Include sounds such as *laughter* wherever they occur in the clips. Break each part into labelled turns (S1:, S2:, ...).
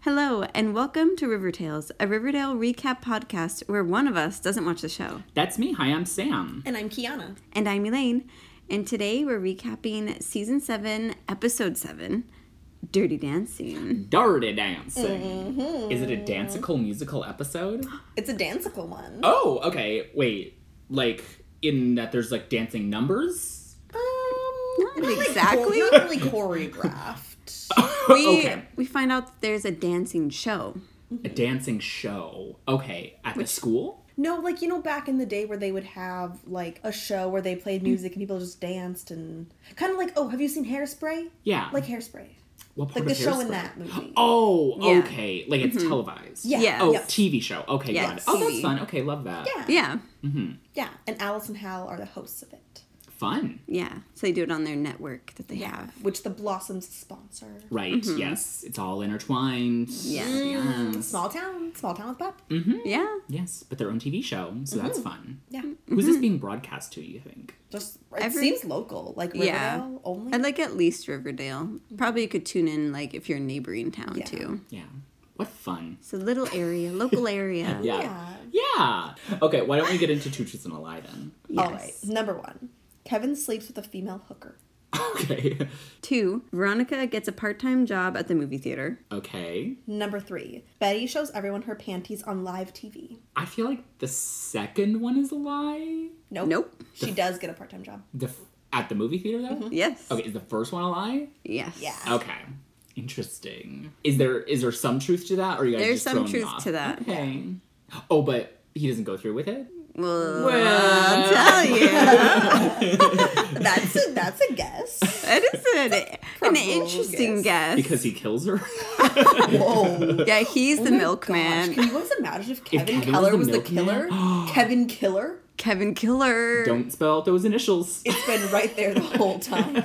S1: Hello, and welcome to River Tales, a Riverdale recap podcast where one of us doesn't watch the show.
S2: That's me. Hi, I'm Sam.
S3: And I'm Kiana.
S1: And I'm Elaine, and today we're recapping season 7, episode 7 Dirty Dancing.
S2: Dirty Dancing.
S3: Mm-hmm.
S2: Is it a dancical musical
S3: *gasps*
S2: episode?
S3: It's a dancical one.
S2: Oh, okay. Wait. Like, in that there's like dancing
S3: *laughs*
S2: numbers?
S3: Um,
S1: Not
S3: really
S1: exactly.
S3: chor- not really choreographed.
S1: We,
S2: Uh, okay.
S1: we find out that there's a dancing show.
S2: A dancing show. Okay. At the school?
S3: no, like you know, back in the day where they would have like a show where they played music and people just danced and kind of like oh, have you seen Hairspray?
S2: Yeah.
S3: Like Hairspray,
S2: what part
S3: like the
S2: of
S3: show in
S2: Hairspray? *gasps*
S3: that movie.
S2: Oh,
S1: Yeah.
S2: okay. Like it's televised.
S3: Yeah.
S1: Yeah.
S2: Oh,
S3: Yes.
S2: TV show. Okay,
S1: Yeah,
S2: got it. Oh, that's
S1: TV.
S2: fun. Okay, love that.
S3: Yeah.
S1: Yeah,
S3: Yeah. And Alice and Hal are the hosts of it,
S2: Fun.
S1: yeah. So they do it on their network that they have.
S3: which the Blossoms sponsor.
S2: Right. Yes. It's all intertwined.
S1: Yeah.
S2: Yes.
S3: Small town, small town with pop.
S2: Mm-hmm.
S1: Yeah.
S2: Yes, but their own TV show, so that's
S3: Mm-hmm.
S2: fun.
S3: Yeah.
S2: Who's
S3: Mm-hmm.
S2: this being broadcast to? You think?
S3: Just it
S1: Every-
S3: seems local, like Riverdale
S1: Yeah.
S3: only.
S1: And like at least Riverdale. Probably you could tune in like if you're a neighboring town
S3: Yeah.
S1: too.
S2: Yeah. What fun.
S1: It's a little area, local area.
S2: *laughs* Yeah. Yeah. Okay. Why don't we get into Tuchus and Eli then? *laughs*
S3: All right. Number one, Kevin sleeps with a female hooker.
S2: Okay.
S1: Two, Veronica gets a part time job at the movie theater.
S2: Okay.
S3: Number three, Betty shows everyone her panties on live TV.
S2: I feel like the second one is a lie.
S3: Nope.
S1: Nope.
S3: She does get a part time job.
S2: The f- at the movie theater though.
S1: Yes.
S2: Okay. Is the first one a lie?
S1: Yes.
S3: Yeah.
S2: Okay. Interesting. Is there is there some truth to that, or you guys
S1: There's
S2: just
S1: some
S2: throwing me
S1: truth
S2: off?
S1: to that.
S2: Okay. Oh, but he doesn't go through with it.
S1: Well,
S3: uh,
S2: Well.
S1: I'll tell
S3: *laughs*
S1: you.
S3: That's a, that's
S1: *laughs*
S3: a guess.
S1: that is an, an
S3: Probable
S1: interesting guess.
S2: Um, Because he
S1: *laughs*
S2: kills her.
S3: Whoa.
S1: yeah, he's the
S3: Oh my
S1: milkman.
S3: gosh, Can you guys imagine if Kevin,
S2: Kevin was
S3: Keller
S2: the
S3: was the, killer?
S2: milkman?
S3: Kevin Killer?
S1: Kevin Killer.
S2: Don't spell out those initials.
S3: It's been right there the whole time.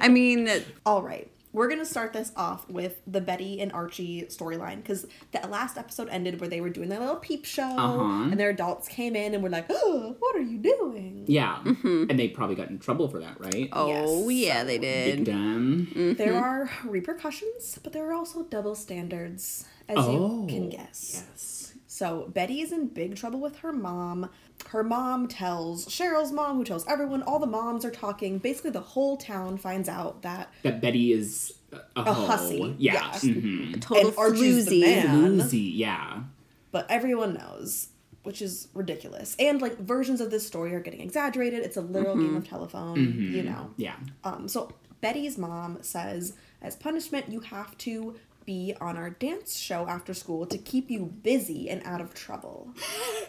S1: I mean,
S3: All right. We're going to start this off with the Betty and Archie storyline because the last episode ended where they were doing their little peep show
S2: Uh-huh.
S3: and their adults came in and were like, oh, what are you doing?
S2: Yeah. And they probably got in trouble for that,
S1: Mm-hmm.
S2: right?
S1: oh, yeah, they
S2: Big
S1: did. Mm.
S2: damn.
S3: There
S2: Mm-hmm.
S3: are repercussions, but there are also double standards, as
S2: Oh.
S3: you can guess.
S2: Yes.
S3: So Betty is in big trouble with her mom. Her mom tells Cheryl's mom, who tells everyone, all the moms are talking. Basically, the whole town finds out that
S2: That Betty is a,
S3: a
S2: hoe.
S3: hussy.
S2: Oh, Yeah. Mm-hmm.
S1: A Total
S3: And Archie's
S1: floozy.
S3: the man.
S2: Floozy, yeah.
S3: But everyone knows, which is ridiculous. And like versions of this story are getting exaggerated. It's a literal
S2: Mm-hmm.
S3: game of telephone, you know.
S2: Yeah. *laughs*
S3: Um, so Betty's mom says, as punishment, you have to be on our dance show after school to keep you busy and out of trouble.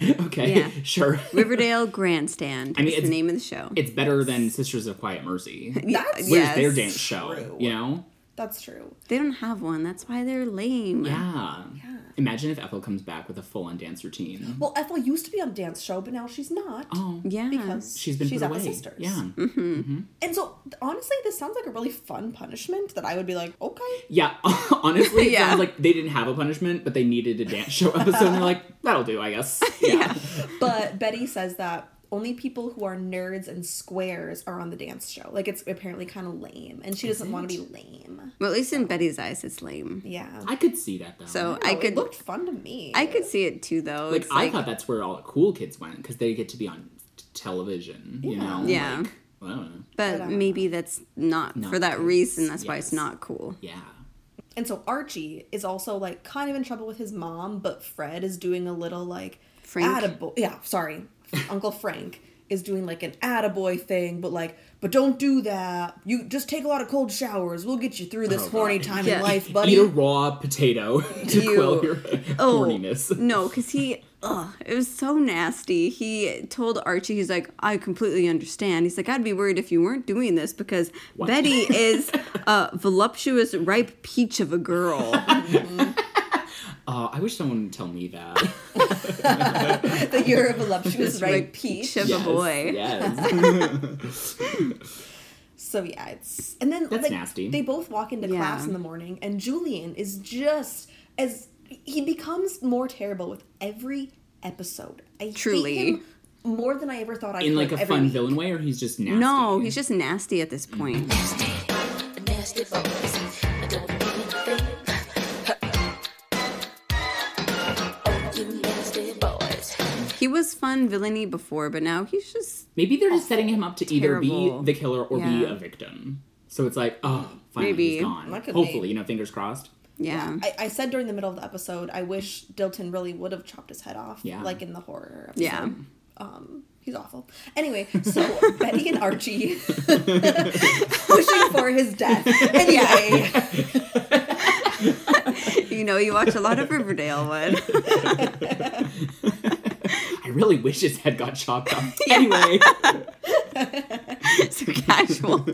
S2: Okay.
S1: Yeah.
S2: Sure.
S1: Riverdale Grandstand
S2: mean,
S1: is the
S2: it's-
S1: name of the show.
S2: It's better than Sisters of Quiet Mercy.
S3: That's
S2: Where's their
S1: Yes.
S2: dance show?
S3: True.
S2: You know?
S3: that's true.
S1: They don't have one. That's why they're lame.
S2: Yeah. Imagine if Ethel comes back with a full on dance routine.
S3: Well, Ethel used to be on dance show, but now she's not.
S2: Oh.
S1: Yeah.
S3: Because
S2: She's been
S3: she's
S2: put
S3: at the
S2: away.
S3: sisters.
S2: Yeah.
S3: And so, th- honestly, this sounds like a really fun punishment that I would be like, okay.
S2: *laughs* Yeah. *laughs* Honestly, it
S1: Yeah.
S2: sounds like they didn't have a punishment, but they needed a dance show episode and they're like, that'll do, I guess. yeah. *laughs*
S3: But Betty says that only people who are nerds and squares are on the dance show. Like, it's apparently kind of lame, and she doesn't want to be lame.
S1: Well, at least in Betty's eyes, it's lame.
S3: Yeah.
S2: I could see that though.
S1: So
S3: Oh,
S1: I
S3: it
S1: could,
S3: looked fun to me.
S1: I could see it too, though.
S2: like,
S1: it's
S2: I thought that's where all the cool kids went because they get to be on t- television. You know,
S1: Yeah.
S2: Like, I don't know.
S1: but
S3: uh,
S1: maybe that's not,
S2: Not
S1: for that
S2: cool.
S1: reason. That's why it's
S2: Yes.
S1: not cool.
S2: Yeah,
S3: And so Archie is also like kind of in trouble with his mom, but Fred is doing a little like
S1: Frank?
S3: attaboy. Yeah, sorry, Uncle Frank is doing like an attaboy thing, but like, but don't do that. You just take a lot of cold showers. We'll get you through this
S2: Oh,
S3: horny
S2: God.
S3: time
S1: Yeah.
S3: in life, buddy.
S2: eat a
S3: *laughs*
S2: raw potato *laughs* to
S1: Ew.
S2: quell your
S1: *laughs* Oh,
S2: *laughs* horniness.
S1: No, because he, ugh, it was so nasty. He told Archie, he's like, I completely understand. He's like, I'd be worried if you weren't doing this because
S2: *laughs*
S1: Betty is a voluptuous, ripe peach of a
S2: *laughs*
S1: girl.
S2: Oh, I wish someone would tell
S1: *laughs*
S2: me that.
S3: that you're a voluptuous
S1: Just
S3: right
S1: like
S3: peach.
S1: peach. Of a boy.
S2: Yes.
S3: So yeah, it's and then
S2: That's
S3: like
S2: nasty.
S3: they both walk into
S1: Yeah.
S3: class in the morning, and Julian is just as he becomes more terrible with every episode. I
S1: Truly.
S3: hate him more than I ever thought I
S2: In
S3: could
S2: like a
S3: every
S2: fun
S3: week.
S2: villain way, or he's just nasty.
S1: No, he's just nasty at this point.
S4: nasty, nasty boys. I don't wanna think Oh,
S1: was fun villainy before, but now he's just
S2: Maybe they're just setting him up to either
S1: Terrible.
S2: be the killer or be
S1: Yeah.
S2: a victim. So it's like, oh, finally
S1: Maybe.
S2: he's gone.
S3: That could be.
S2: Hopefully, you know, fingers crossed.
S1: yeah.
S3: I, I said during the middle of the episode, I wish Dilton really would have chopped his head off,
S2: Yeah.
S3: like in the horror. Episode.
S1: Yeah.
S3: um, he's awful. Anyway, so *laughs* Betty and Archie *laughs* pushing for
S1: *laughs*
S3: his death. Anyway,
S1: you know, you watch a lot of Riverdale one.
S2: *laughs* I really wish his head got chopped
S1: *laughs*
S2: off. Anyway,
S1: so casual.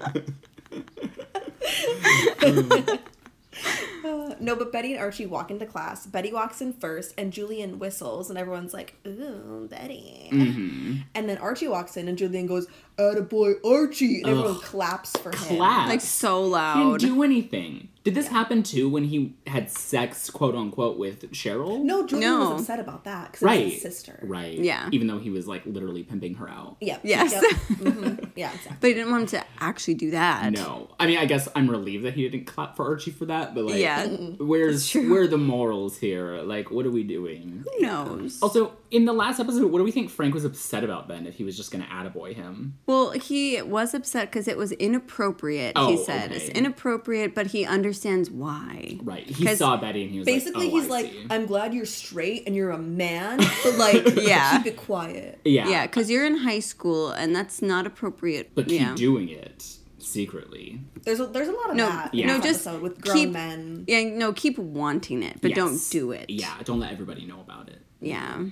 S3: uh, no, but Betty and Archie walk into class. Betty walks in first, and Julian whistles, and everyone's like, "Ooh, Betty!"
S1: Mm-hmm.
S3: And then Archie walks in, and Julian goes, "Attaboy, Archie!" And everyone claps for him.
S2: clap.
S1: Like so
S2: didn't
S1: loud.
S2: do anything. Did this happen too when he had sex, quote unquote, with Cheryl?
S3: No, Julian
S1: No.
S3: was upset about that because
S2: right,
S3: it's his sister.
S2: right,
S1: Yeah.
S2: Even though he was like literally pimping her out.
S3: Yeah.
S1: Yes.
S3: Yep. Mhm. Yeah.
S1: *laughs*
S3: Exactly.
S1: But I didn't want him to actually do that.
S2: No, I mean, I guess I'm relieved that he didn't clap for Archie for that, but like,
S1: Yeah.
S2: where's where are the morals here? Like, what are we doing?
S1: Who knows?
S2: Also, in the last episode, what do we think Frank was upset about then? If he was just gonna attaboy him,
S1: Well, he was upset because it was inappropriate,
S2: Oh,
S1: he said. It's
S2: okay.
S1: inappropriate, but he understands why.
S2: right? He
S1: 'Cause
S2: saw Betty and he was
S3: Basically,
S2: like, oh,
S3: he's
S2: I
S3: like,
S2: see.
S3: "I'm glad you're straight and you're a man, but like,
S1: *laughs* Yeah.
S3: keep it quiet."
S2: yeah,
S1: Yeah, because you're in high school and that's not appropriate.
S2: but keep
S1: yeah.
S2: doing it secretly.
S3: There's a, there's a lot of
S1: No,
S3: that.
S1: yeah.
S3: in
S1: no,
S3: this
S1: just
S3: episode with grown
S1: keep,
S3: men.
S1: Yeah, no, keep wanting it, but don't
S2: Yes.
S1: do it.
S2: Yeah, don't let everybody know about it.
S1: yeah,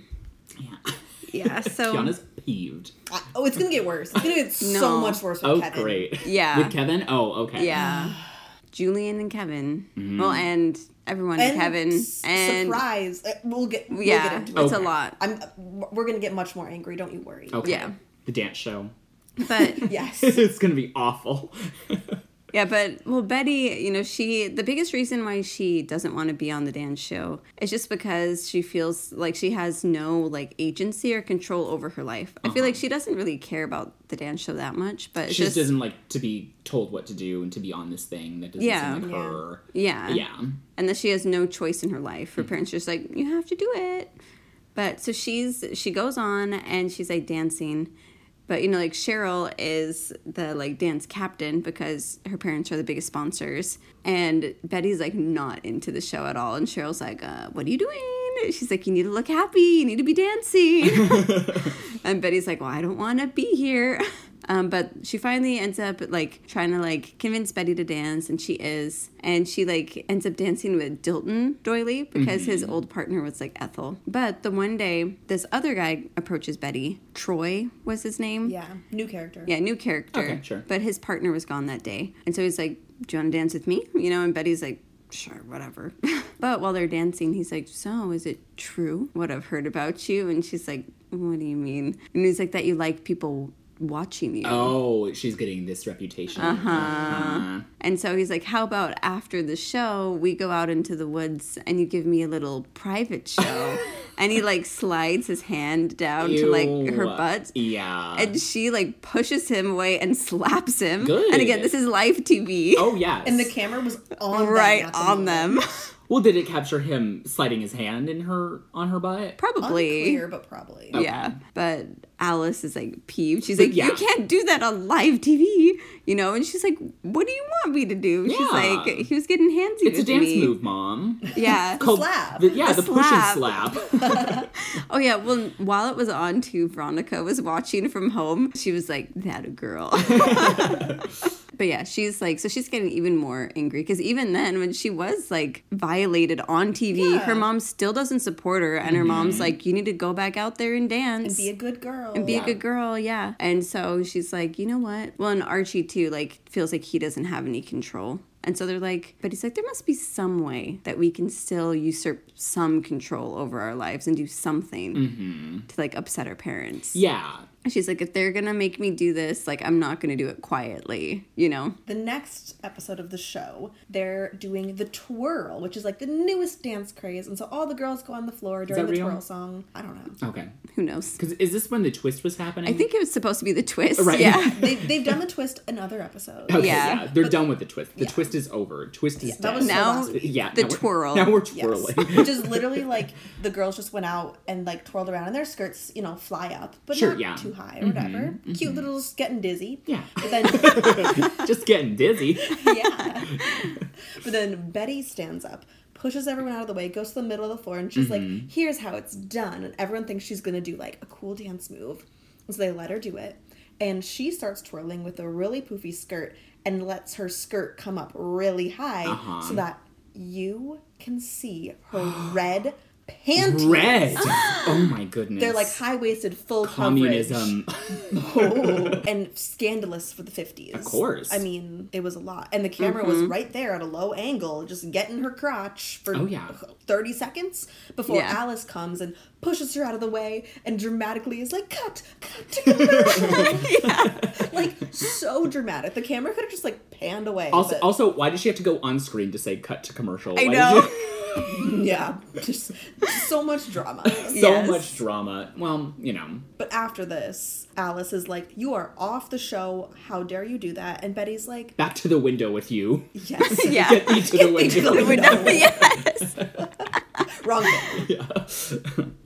S2: Yeah, *laughs*
S1: yeah. So
S2: Kiana's peeved.
S3: I- oh, it's gonna get worse. It's gonna get so
S1: No.
S3: much worse with
S2: Oh,
S3: Kevin.
S2: great.
S1: Yeah.
S2: *laughs* With Kevin? Oh, okay.
S1: yeah, Julian and Kevin.
S2: Mm-hmm.
S1: Well, and everyone,
S3: And
S1: Kevin,
S3: s-
S1: and
S3: surprise, uh, we'll get we'll get
S1: yeah,
S3: into it.
S1: it's a
S2: Okay.
S3: *laughs*
S1: lot.
S3: I'm we're gonna get much more angry. Don't you worry.
S2: Okay.
S1: Yeah.
S2: The dance show.
S1: But
S2: *laughs*
S3: Yes.
S2: it's going to be awful. *laughs*
S1: yeah, but well, Betty, you know, she the biggest reason why she doesn't want to be on the dance show is just because she feels like she has no like agency or control over her life. I feel like she doesn't really care about the dance show that much, but it's
S2: she just
S1: just
S2: doesn't like to be told what to do and to be on this thing that doesn't
S1: Yeah.
S2: seem like
S3: Yeah.
S2: her.
S1: Yeah.
S2: Yeah.
S1: And that she has no choice in her life. Her parents are just like, you have to do it. But so she's she goes on and she's like dancing. But you know, like Cheryl is the like dance captain because her parents are the biggest sponsors. And Betty's like not into the show at all. And Cheryl's like, uh, what are you doing? She's like, you need to look happy. You need to be dancing. and Betty's like, well, I don't want to be here. *laughs* Um, but she finally ends up like trying to like convince Betty to dance, and she is, and she like ends up dancing with Dilton Doily because his old partner was like Ethel. But the one day, this other guy approaches Betty. Troy was his name.
S3: yeah. New character.
S1: Yeah, new character.
S2: Okay, sure.
S1: But his partner was gone that day. And so he's like, Do you want to dance with me? You know, and Betty's like, Sure, whatever. *laughs* but while they're dancing, he's like, So is it true what I've heard about you? And she's like, What do you mean? And he's like, That you like people watching you.
S2: Oh, she's getting this reputation. Uh-huh.
S1: And so he's like, How about after the show, we go out into the woods and you give me a little private show?
S2: *laughs*
S1: and he like slides his hand down to like her
S2: Ew.
S1: butt.
S2: Yeah.
S1: And she like pushes him away and slaps him.
S2: Good.
S1: And again, this is live TV.
S2: oh, yes.
S3: And the camera was on them,
S1: right
S3: not the
S1: on
S3: movie.
S1: them.
S2: well, did it capture him sliding his hand in her on her
S1: *laughs*
S2: butt?
S1: Probably.
S3: Unclear, but probably.
S1: Yeah. But Alice is like peeved. She's like,
S2: Yeah.
S1: You can't do that on live TV. You know? And she's like, What do you want me to do? She's
S2: Yeah.
S1: like, He was getting handsy
S2: It's a
S1: with
S2: dance
S1: me.
S2: move, mom. *laughs*
S1: Yeah.
S2: Called-
S3: slap.
S2: the- yeah,
S1: The
S2: the, push and
S1: slap.
S2: slap.
S1: *laughs* Oh yeah, well while it was on too, Veronica was watching from home. She was like, That a
S3: *laughs*
S1: girl. *laughs* but yeah, she's like so she's getting even more angry because even then when she was like violated on TV,
S3: Yeah. Mm-hmm.
S1: her mom still doesn't support her and her mom's like, You need to go back out there and dance.
S3: And be a good girl.
S1: be
S2: Yeah.
S1: a good girl, yeah. And so she's like, you know what? Well, and Archie too, like, feels like he doesn't have any control. And so they're like, but he's like, there must be some way that we can still usurp
S2: Mm-hmm.
S1: some control over our lives and do something to like upset our parents.
S2: yeah.
S1: And she's like, if they're gonna make me do this, like I'm not gonna do it quietly, you know?
S3: The next episode of the show, they're doing the twirl, which is like the newest dance craze, and so all the girls go on the floor during
S2: that
S3: the
S2: real?
S3: twirl song. I don't know.
S2: Okay.
S1: Who knows?
S2: Because is this when the twist was happening?
S1: I think it was supposed to be the twist.
S2: Mm-hmm. Right.
S1: Yeah.
S2: *laughs*
S1: *laughs*
S3: They they've done the twist another episode.
S2: Okay,
S1: Yeah.
S2: yeah. They're done with the twist. The twist is over. Twist is
S3: that
S2: dead.
S3: was so
S1: Now-
S3: last week.
S2: yeah.
S1: the
S2: now we're-
S1: twirl.
S2: Now we're
S3: Yes.
S2: twirling. *laughs*
S3: *laughs* Which is literally like the girls just went out and like twirled around and their skirts, you know, fly up, but
S2: Sure,
S3: not
S2: yeah. Mm-hmm,
S3: too high or whatever. Cute little s- getting dizzy.
S2: Yeah.
S3: But then
S2: *laughs* Just getting
S3: *laughs*
S2: dizzy.
S3: yeah. But then Betty stands up, pushes everyone out of the way, goes to the middle of the floor, and she's
S2: Mm-hmm.
S3: like, here's how it's done. And everyone thinks she's gonna do like a cool dance move. And so they let her do it. And she starts twirling with a really poofy skirt and lets her skirt come up really high
S2: Uh-huh.
S3: so that you can see her red
S2: *gasps*
S3: panties. *laughs*
S2: Red. oh my goodness.
S3: They're like high waisted, full coverage *laughs*
S2: communism.
S3: and scandalous for the 50s. Of
S2: course. Mm-hmm.
S3: I mean, it was a lot. And the camera was right there at a low angle, just getting her crotch for
S2: Oh, yeah.
S3: 30 seconds before
S1: Yeah.
S3: Alice comes and pushes her out of the way and dramatically is like, cut, cut, cut.
S2: *laughs*
S3: Like, so dramatic. The camera could have just, like, panned away.
S2: Also, oh,
S3: but-
S2: also, why did she have to go on screen to say cut to commercial?
S1: I
S2: Why did
S1: know.
S2: you-
S3: yeah, just so
S2: *laughs*
S3: much drama.
S2: so
S1: Yes.
S2: much drama. Well, you know.
S3: But after this, Alice is like, you are off the show. How dare you do that? And Betty's like,
S2: Back to the window with you.
S3: *laughs* yes.
S1: yeah.
S2: Get me to the
S3: me to the
S2: window.
S1: It would not be- yes.
S2: *laughs*
S3: Wrong thing.
S2: Yeah.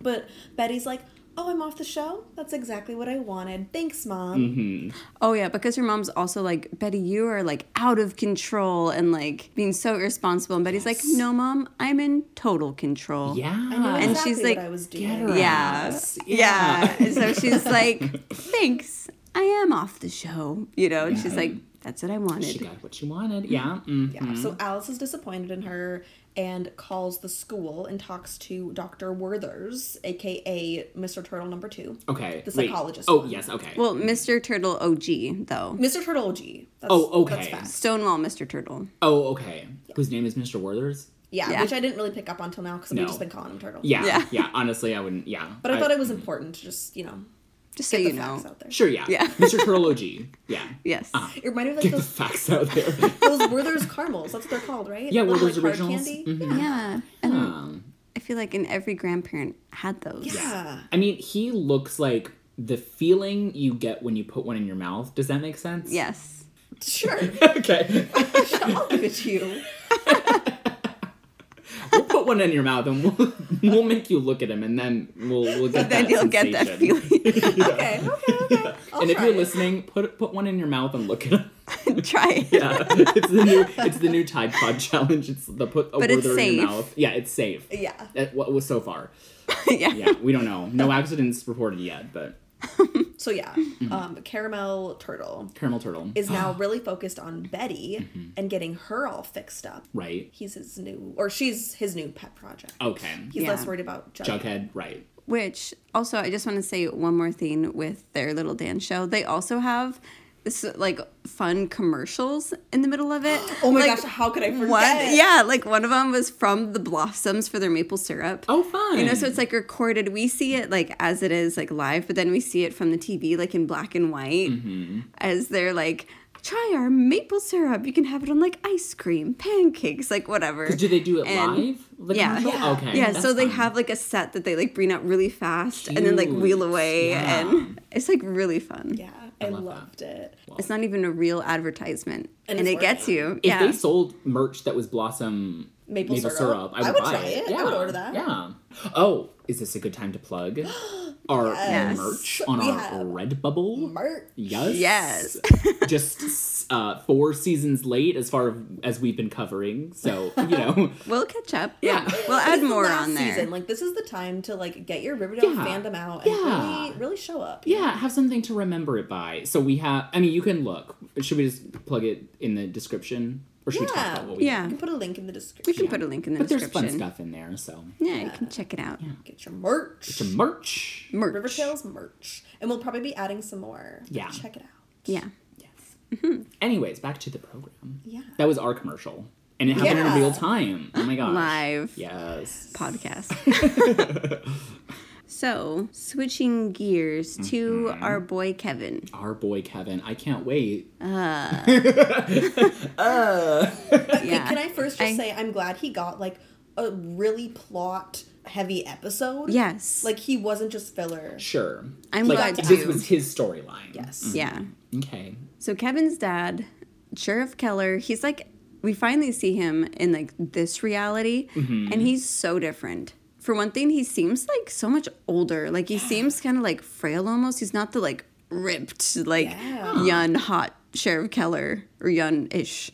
S3: But Betty's like, "Oh, I'm off the show. That's exactly what I wanted. Thanks, mom."
S2: Mm-hmm.
S1: Oh yeah, because her mom's also like, Betty, you are like out of control and like being so irresponsible. And Betty's like, No, mom, I'm in total control.
S2: *laughs* yeah.
S3: I know
S1: Uh-huh. And
S3: exactly
S1: she's
S3: what
S1: like,
S3: I was
S2: Get
S3: doing.
S2: her
S1: Yeah.
S2: ass.
S1: Yeah. And so
S2: *laughs*
S1: she's like, Thanks. I am off the show. You know, and she's like, That's what I
S2: She
S1: wanted.
S2: got what she wanted. Yeah. Mm.
S3: Mm-hmm. Yeah. So Alice is disappointed in her and calls the school and talks to Dr. Werthers, aka Mr. Turtle number 2.
S2: Okay.
S3: The
S2: wait.
S3: psychologist
S2: Oh
S3: one.
S2: yes. Okay.
S1: Well, Mr. Turtle OG though.
S3: Mr. Turtle OG. That's,
S2: Oh,
S3: That's
S2: okay.
S3: fast.
S1: Stonewall Mr. Turtle.
S2: oh, okay. Whose name is Mr. Werthers?
S3: Yeah,
S1: Yeah.
S3: which I didn't really pick up on until now because
S2: No.
S3: we've just been calling him Turtle.
S2: Yeah.
S1: Yeah.
S2: Yeah. Honestly, I wouldn't. Yeah.
S3: But I, thought it was important to just, you know,
S1: Just so
S3: get
S1: you
S3: the
S1: know.
S3: facts out there.
S2: Sure. Yeah. *laughs*
S1: Yeah.
S2: Mr. Turtle OG. Yeah.
S1: Yes.
S2: Ah.
S3: It reminded me of like
S2: Get the
S3: those,
S2: facts out there.
S3: those Werthers caramels. That's what they're called, right?
S2: Yeah,
S3: Those,
S2: Werther's
S3: like, hard
S2: Originals.
S3: Candy.
S2: Mhm.
S1: Yeah. And
S2: Um,
S1: I feel like in every grandparent had those.
S3: Yeah. yeah.
S2: I mean, he looks like the feeling you get when you put one in your mouth. Does that make sense?
S1: Yes. *laughs*
S3: Sure.
S2: *laughs* okay. *laughs*
S3: I'll give it to you.
S2: we'll put one in your mouth and we'll, we'll make you look at him and then we'll, we'll get
S1: Then
S2: that
S1: you'll get that
S2: sensation.
S1: feeling.
S2: *laughs*
S1: *laughs*
S3: Okay, okay, okay. I'll
S2: and if
S3: try
S2: you're
S3: it.
S2: listening, put put one in your mouth and look at him. *laughs*
S1: Try it.
S2: Yeah, it's the new it's the new Tide Pod *laughs* challenge. It's the put a
S1: But it's
S2: Werther in your
S1: safe.
S2: mouth. Yeah, it's safe.
S3: Yeah.
S2: That- what was so far?
S1: *laughs* yeah.
S2: Yeah, we don't know.
S1: *laughs*
S2: No accidents reported yet, but
S3: So yeah,
S2: Mm-hmm.
S3: um, Caramel Turtle
S2: caramel turtle
S3: is now really focused on Betty and getting her all fixed up.
S2: Mm-hmm. right.
S3: He's his new, or she's his new pet project.
S2: *gasps* Okay,
S3: He's
S1: Yeah.
S3: less worried about Jughead.
S2: Jughead. Right.
S1: Which also, I just want to say one more thing with their little dance show. They also have this like fun commercials in the middle
S2: *gasps*
S1: of it.
S3: Oh my
S1: Like,
S3: gosh, how could I forget?
S1: One, yeah, like one of them was from the Blossoms for their maple syrup.
S2: Oh, fun.
S1: You know, so it's like recorded. We see it like as it is, like live, but then we see it from the TV, like in black and white,
S2: Mm-hmm.
S1: as they're like, try our maple syrup. You can have it on like ice cream, pancakes, like whatever.
S2: do they do it
S1: And-
S2: live? The
S1: yeah.
S2: commercial?
S3: Yeah.
S2: Okay.
S1: yeah,
S2: that's
S1: so they
S2: fun.
S1: have like a set that they like bring out really fast and then like wheel
S2: Cute.
S1: away,
S2: Yeah.
S1: and *laughs* it's like really fun.
S3: Yeah, I,
S2: love
S3: loved it.
S1: It's not even a real advertisement, and,
S3: And
S1: it
S3: it's
S1: gets
S3: working.
S1: you.
S2: If
S1: yeah,
S2: they sold merch that was blossom
S3: Maple syrup?
S2: I would, buy
S3: try
S2: it.
S3: it. I would order that.
S2: Yeah. Oh, is this a good time to
S3: *gasps*
S2: plug our
S1: Yes.
S2: merch on
S3: We
S2: our
S3: have
S2: Redbubble?
S3: Merch.
S2: Yes.
S1: Yes.
S2: *laughs* Just uh, four seasons late as far as we've been covering. So, you know,
S1: we'll catch up. Yeah,
S2: Yeah.
S1: we'll
S3: This
S1: add
S3: is the
S1: more
S3: last
S1: on there.
S3: Season. Like this is the time to like get your Riverdale
S2: Yeah.
S3: fandom out and
S2: Yeah.
S3: really, really show up.
S2: yeah, have something to remember it by. So we have, I mean, you can look. Should we just plug it in the description? Or should we
S3: Yeah.
S2: talk about what we
S1: Yeah.
S3: You can put a link in the description.
S1: we can put a link in the
S2: But there's
S1: description.
S2: fun stuff in there, so.
S1: Yeah, you can check it out.
S3: Get your merch.
S2: It's a merch.
S1: Merch.
S3: River Tales merch. And we'll probably be adding some more.
S2: Yeah.
S3: Check it out.
S1: Yeah.
S2: Anyways, back to the program.
S3: Yeah.
S2: That was our commercial. And it happened
S3: Yeah.
S2: in real time. Oh my gosh.
S1: Live.
S2: Yes. *laughs*
S1: podcast. *laughs* So, switching gears to
S2: Mm-hmm.
S1: our boy Kevin.
S2: Our boy Kevin. I can't wait.
S1: Yeah.
S3: Can I first just
S1: I-
S3: say I'm glad he got like a really plot heavy episode?
S1: Yes.
S3: Like he wasn't just filler.
S2: Sure.
S1: I'm
S2: like,
S1: glad to
S2: this
S1: do.
S2: was his storyline.
S3: Yes.
S1: yeah.
S2: Okay.
S1: So Kevin's dad, Sheriff Keller, he's like we finally see him in like this reality
S2: Mm-hmm.
S1: and he's so different. For one thing, he seems like so much older. Like
S2: *gasps*
S1: he seems kind of like frail almost. He's not the like ripped like
S3: *gasps* Yeah.
S1: young hot Sheriff Keller or young-ish.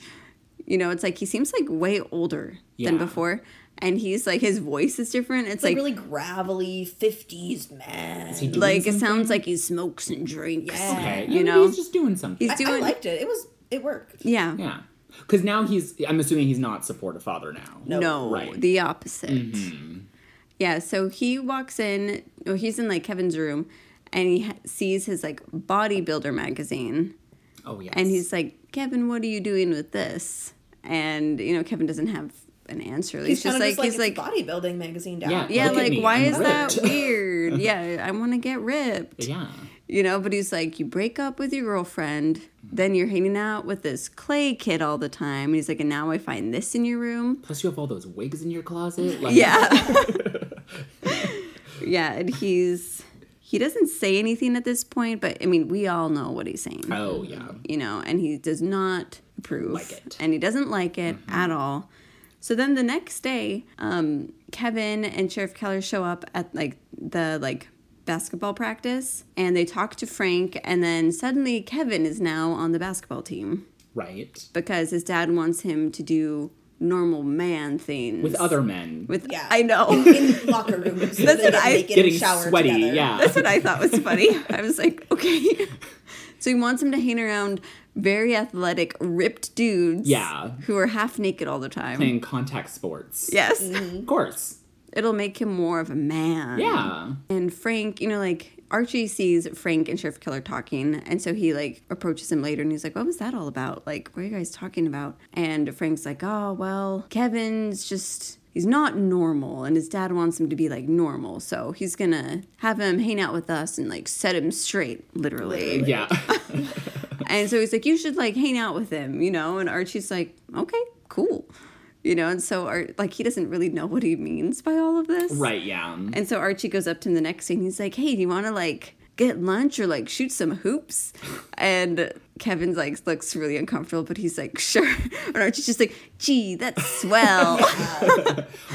S1: You know, it's like he seems like way older than
S2: Yeah.
S1: before and he's like his voice is different. It's
S3: It's like
S1: like
S3: really gravelly 50s man.
S2: Is he doing
S1: like it
S2: something?
S1: sounds like he smokes and drinks.
S3: Yeah.
S2: Okay.
S1: You
S2: You
S1: know?
S2: know, he's just doing something.
S1: He's
S3: I,
S1: doing
S3: I liked it. It was it worked.
S1: Yeah.
S2: yeah. Because now he's. I'm assuming he's not supportive father now.
S1: No,
S2: Right.
S1: the opposite. Yeah, so he walks in, or he's in like Kevin's room, and he ha- sees his like bodybuilder magazine,
S2: Oh yes.
S1: and he's like, Kevin, what are you doing with this? And you know, Kevin doesn't have an answer. He's, just
S3: kinda
S1: like, he's like,
S3: it's bodybuilding magazine down.
S2: Yeah.
S1: yeah,
S2: Look at
S1: like
S2: me,
S1: why
S2: I'm
S1: is that
S2: *laughs* ripped."
S1: weird? yeah, I want to get ripped.
S2: Yeah.
S1: You know, but he's like, you break up with your girlfriend, then you're hanging out with this clay kid all the time. And he's like, and now I find this in your room.
S2: Plus, you have all those wigs in your closet. Like, *laughs*
S1: Yeah. *laughs* yeah, and he's he doesn't say anything at this point, but I mean, we all know what he's saying.
S2: Oh yeah.
S1: You know, and he does not approve.
S2: Like it. Mm-hmm.
S1: And he doesn't like it at all. So then the next day, um, Kevin and Sheriff Keller show up at like the like basketball practice and they talk to Frank and then suddenly Kevin is now on the basketball team
S2: Right.
S1: because his dad wants him to do normal man things
S2: With other men.
S1: with
S3: Yeah.
S1: I
S2: *laughs*
S1: know
S3: In locker rooms. so
S1: That's
S3: they
S1: what
S3: can
S1: I-
S3: make it and
S2: getting
S3: shower
S2: sweaty.
S3: together.
S2: Yeah.
S1: *laughs* That's
S2: *laughs*
S1: what I thought was funny. I was like, okay. So he wants him to hang around very athletic, ripped dudes.
S2: Yeah.
S1: Who are half naked all the time.
S2: Playing contact sports.
S1: Yes.
S2: Of course.
S1: It'll make him more of a man.
S2: Yeah.
S1: And Frank, you know, like Archie sees Frank and Sheriff Killer talking, and so he like approaches him later and he's like, What was that all about? Like, what are you guys talking about? And Frank's like, Oh, well, Kevin's just he's not normal, and his dad wants him to be like normal, so he's gonna have him hang out with us and like set him straight, literally.
S2: Yeah. *laughs*
S1: And so he's like, You should like hang out with him, you know? And Archie's like, Okay, cool. You know, and so Ar- like he doesn't really know what he means by all of this.
S2: right. Yeah.
S1: And so Archie goes up to him the next day and he's like, Hey, do you want to like get lunch or like shoot some hoops? And Kevin's like, looks really uncomfortable, but he's like, Sure. *laughs* And Archie's just like, Gee, that's swell.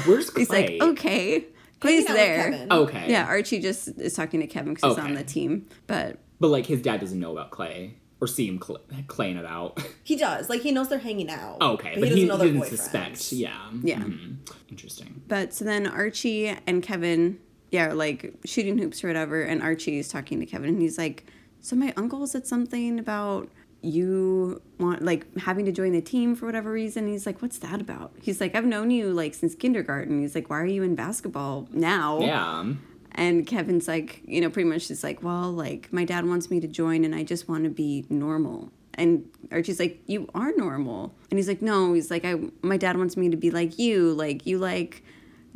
S2: Where's Clay?
S1: he's like, Okay. Clay's
S3: Hanging out with
S1: there.
S3: Kevin.
S2: Okay.
S1: Yeah, Archie just is talking to Kevin because he's on
S2: Okay.
S1: the team. But
S2: But like his dad doesn't know about Clay or see him cl- claying it out. *laughs*
S3: He does. Like he knows they're hanging out.
S2: Oh, okay,
S3: But, he doesn't know their
S2: didn't
S3: boyfriend.
S2: suspect. Yeah.
S1: yeah.
S2: Mhm. Interesting.
S1: But so then Archie and Kevin, yeah, are, like shooting hoops or whatever. And Archie is talking to Kevin and he's like, So my uncle said something about you want like having to join the team for whatever reason. He's like, What's that about? He's like, I've known you like since kindergarten. He's like, Why are you in basketball now?
S2: Yeah.
S1: And Kevin's like, You know, pretty much just like, Well, like my dad wants me to join and I just want to be normal. And Archie's like, you are normal. And he's like, no. He's like, I. My dad wants me to be like you. Like you like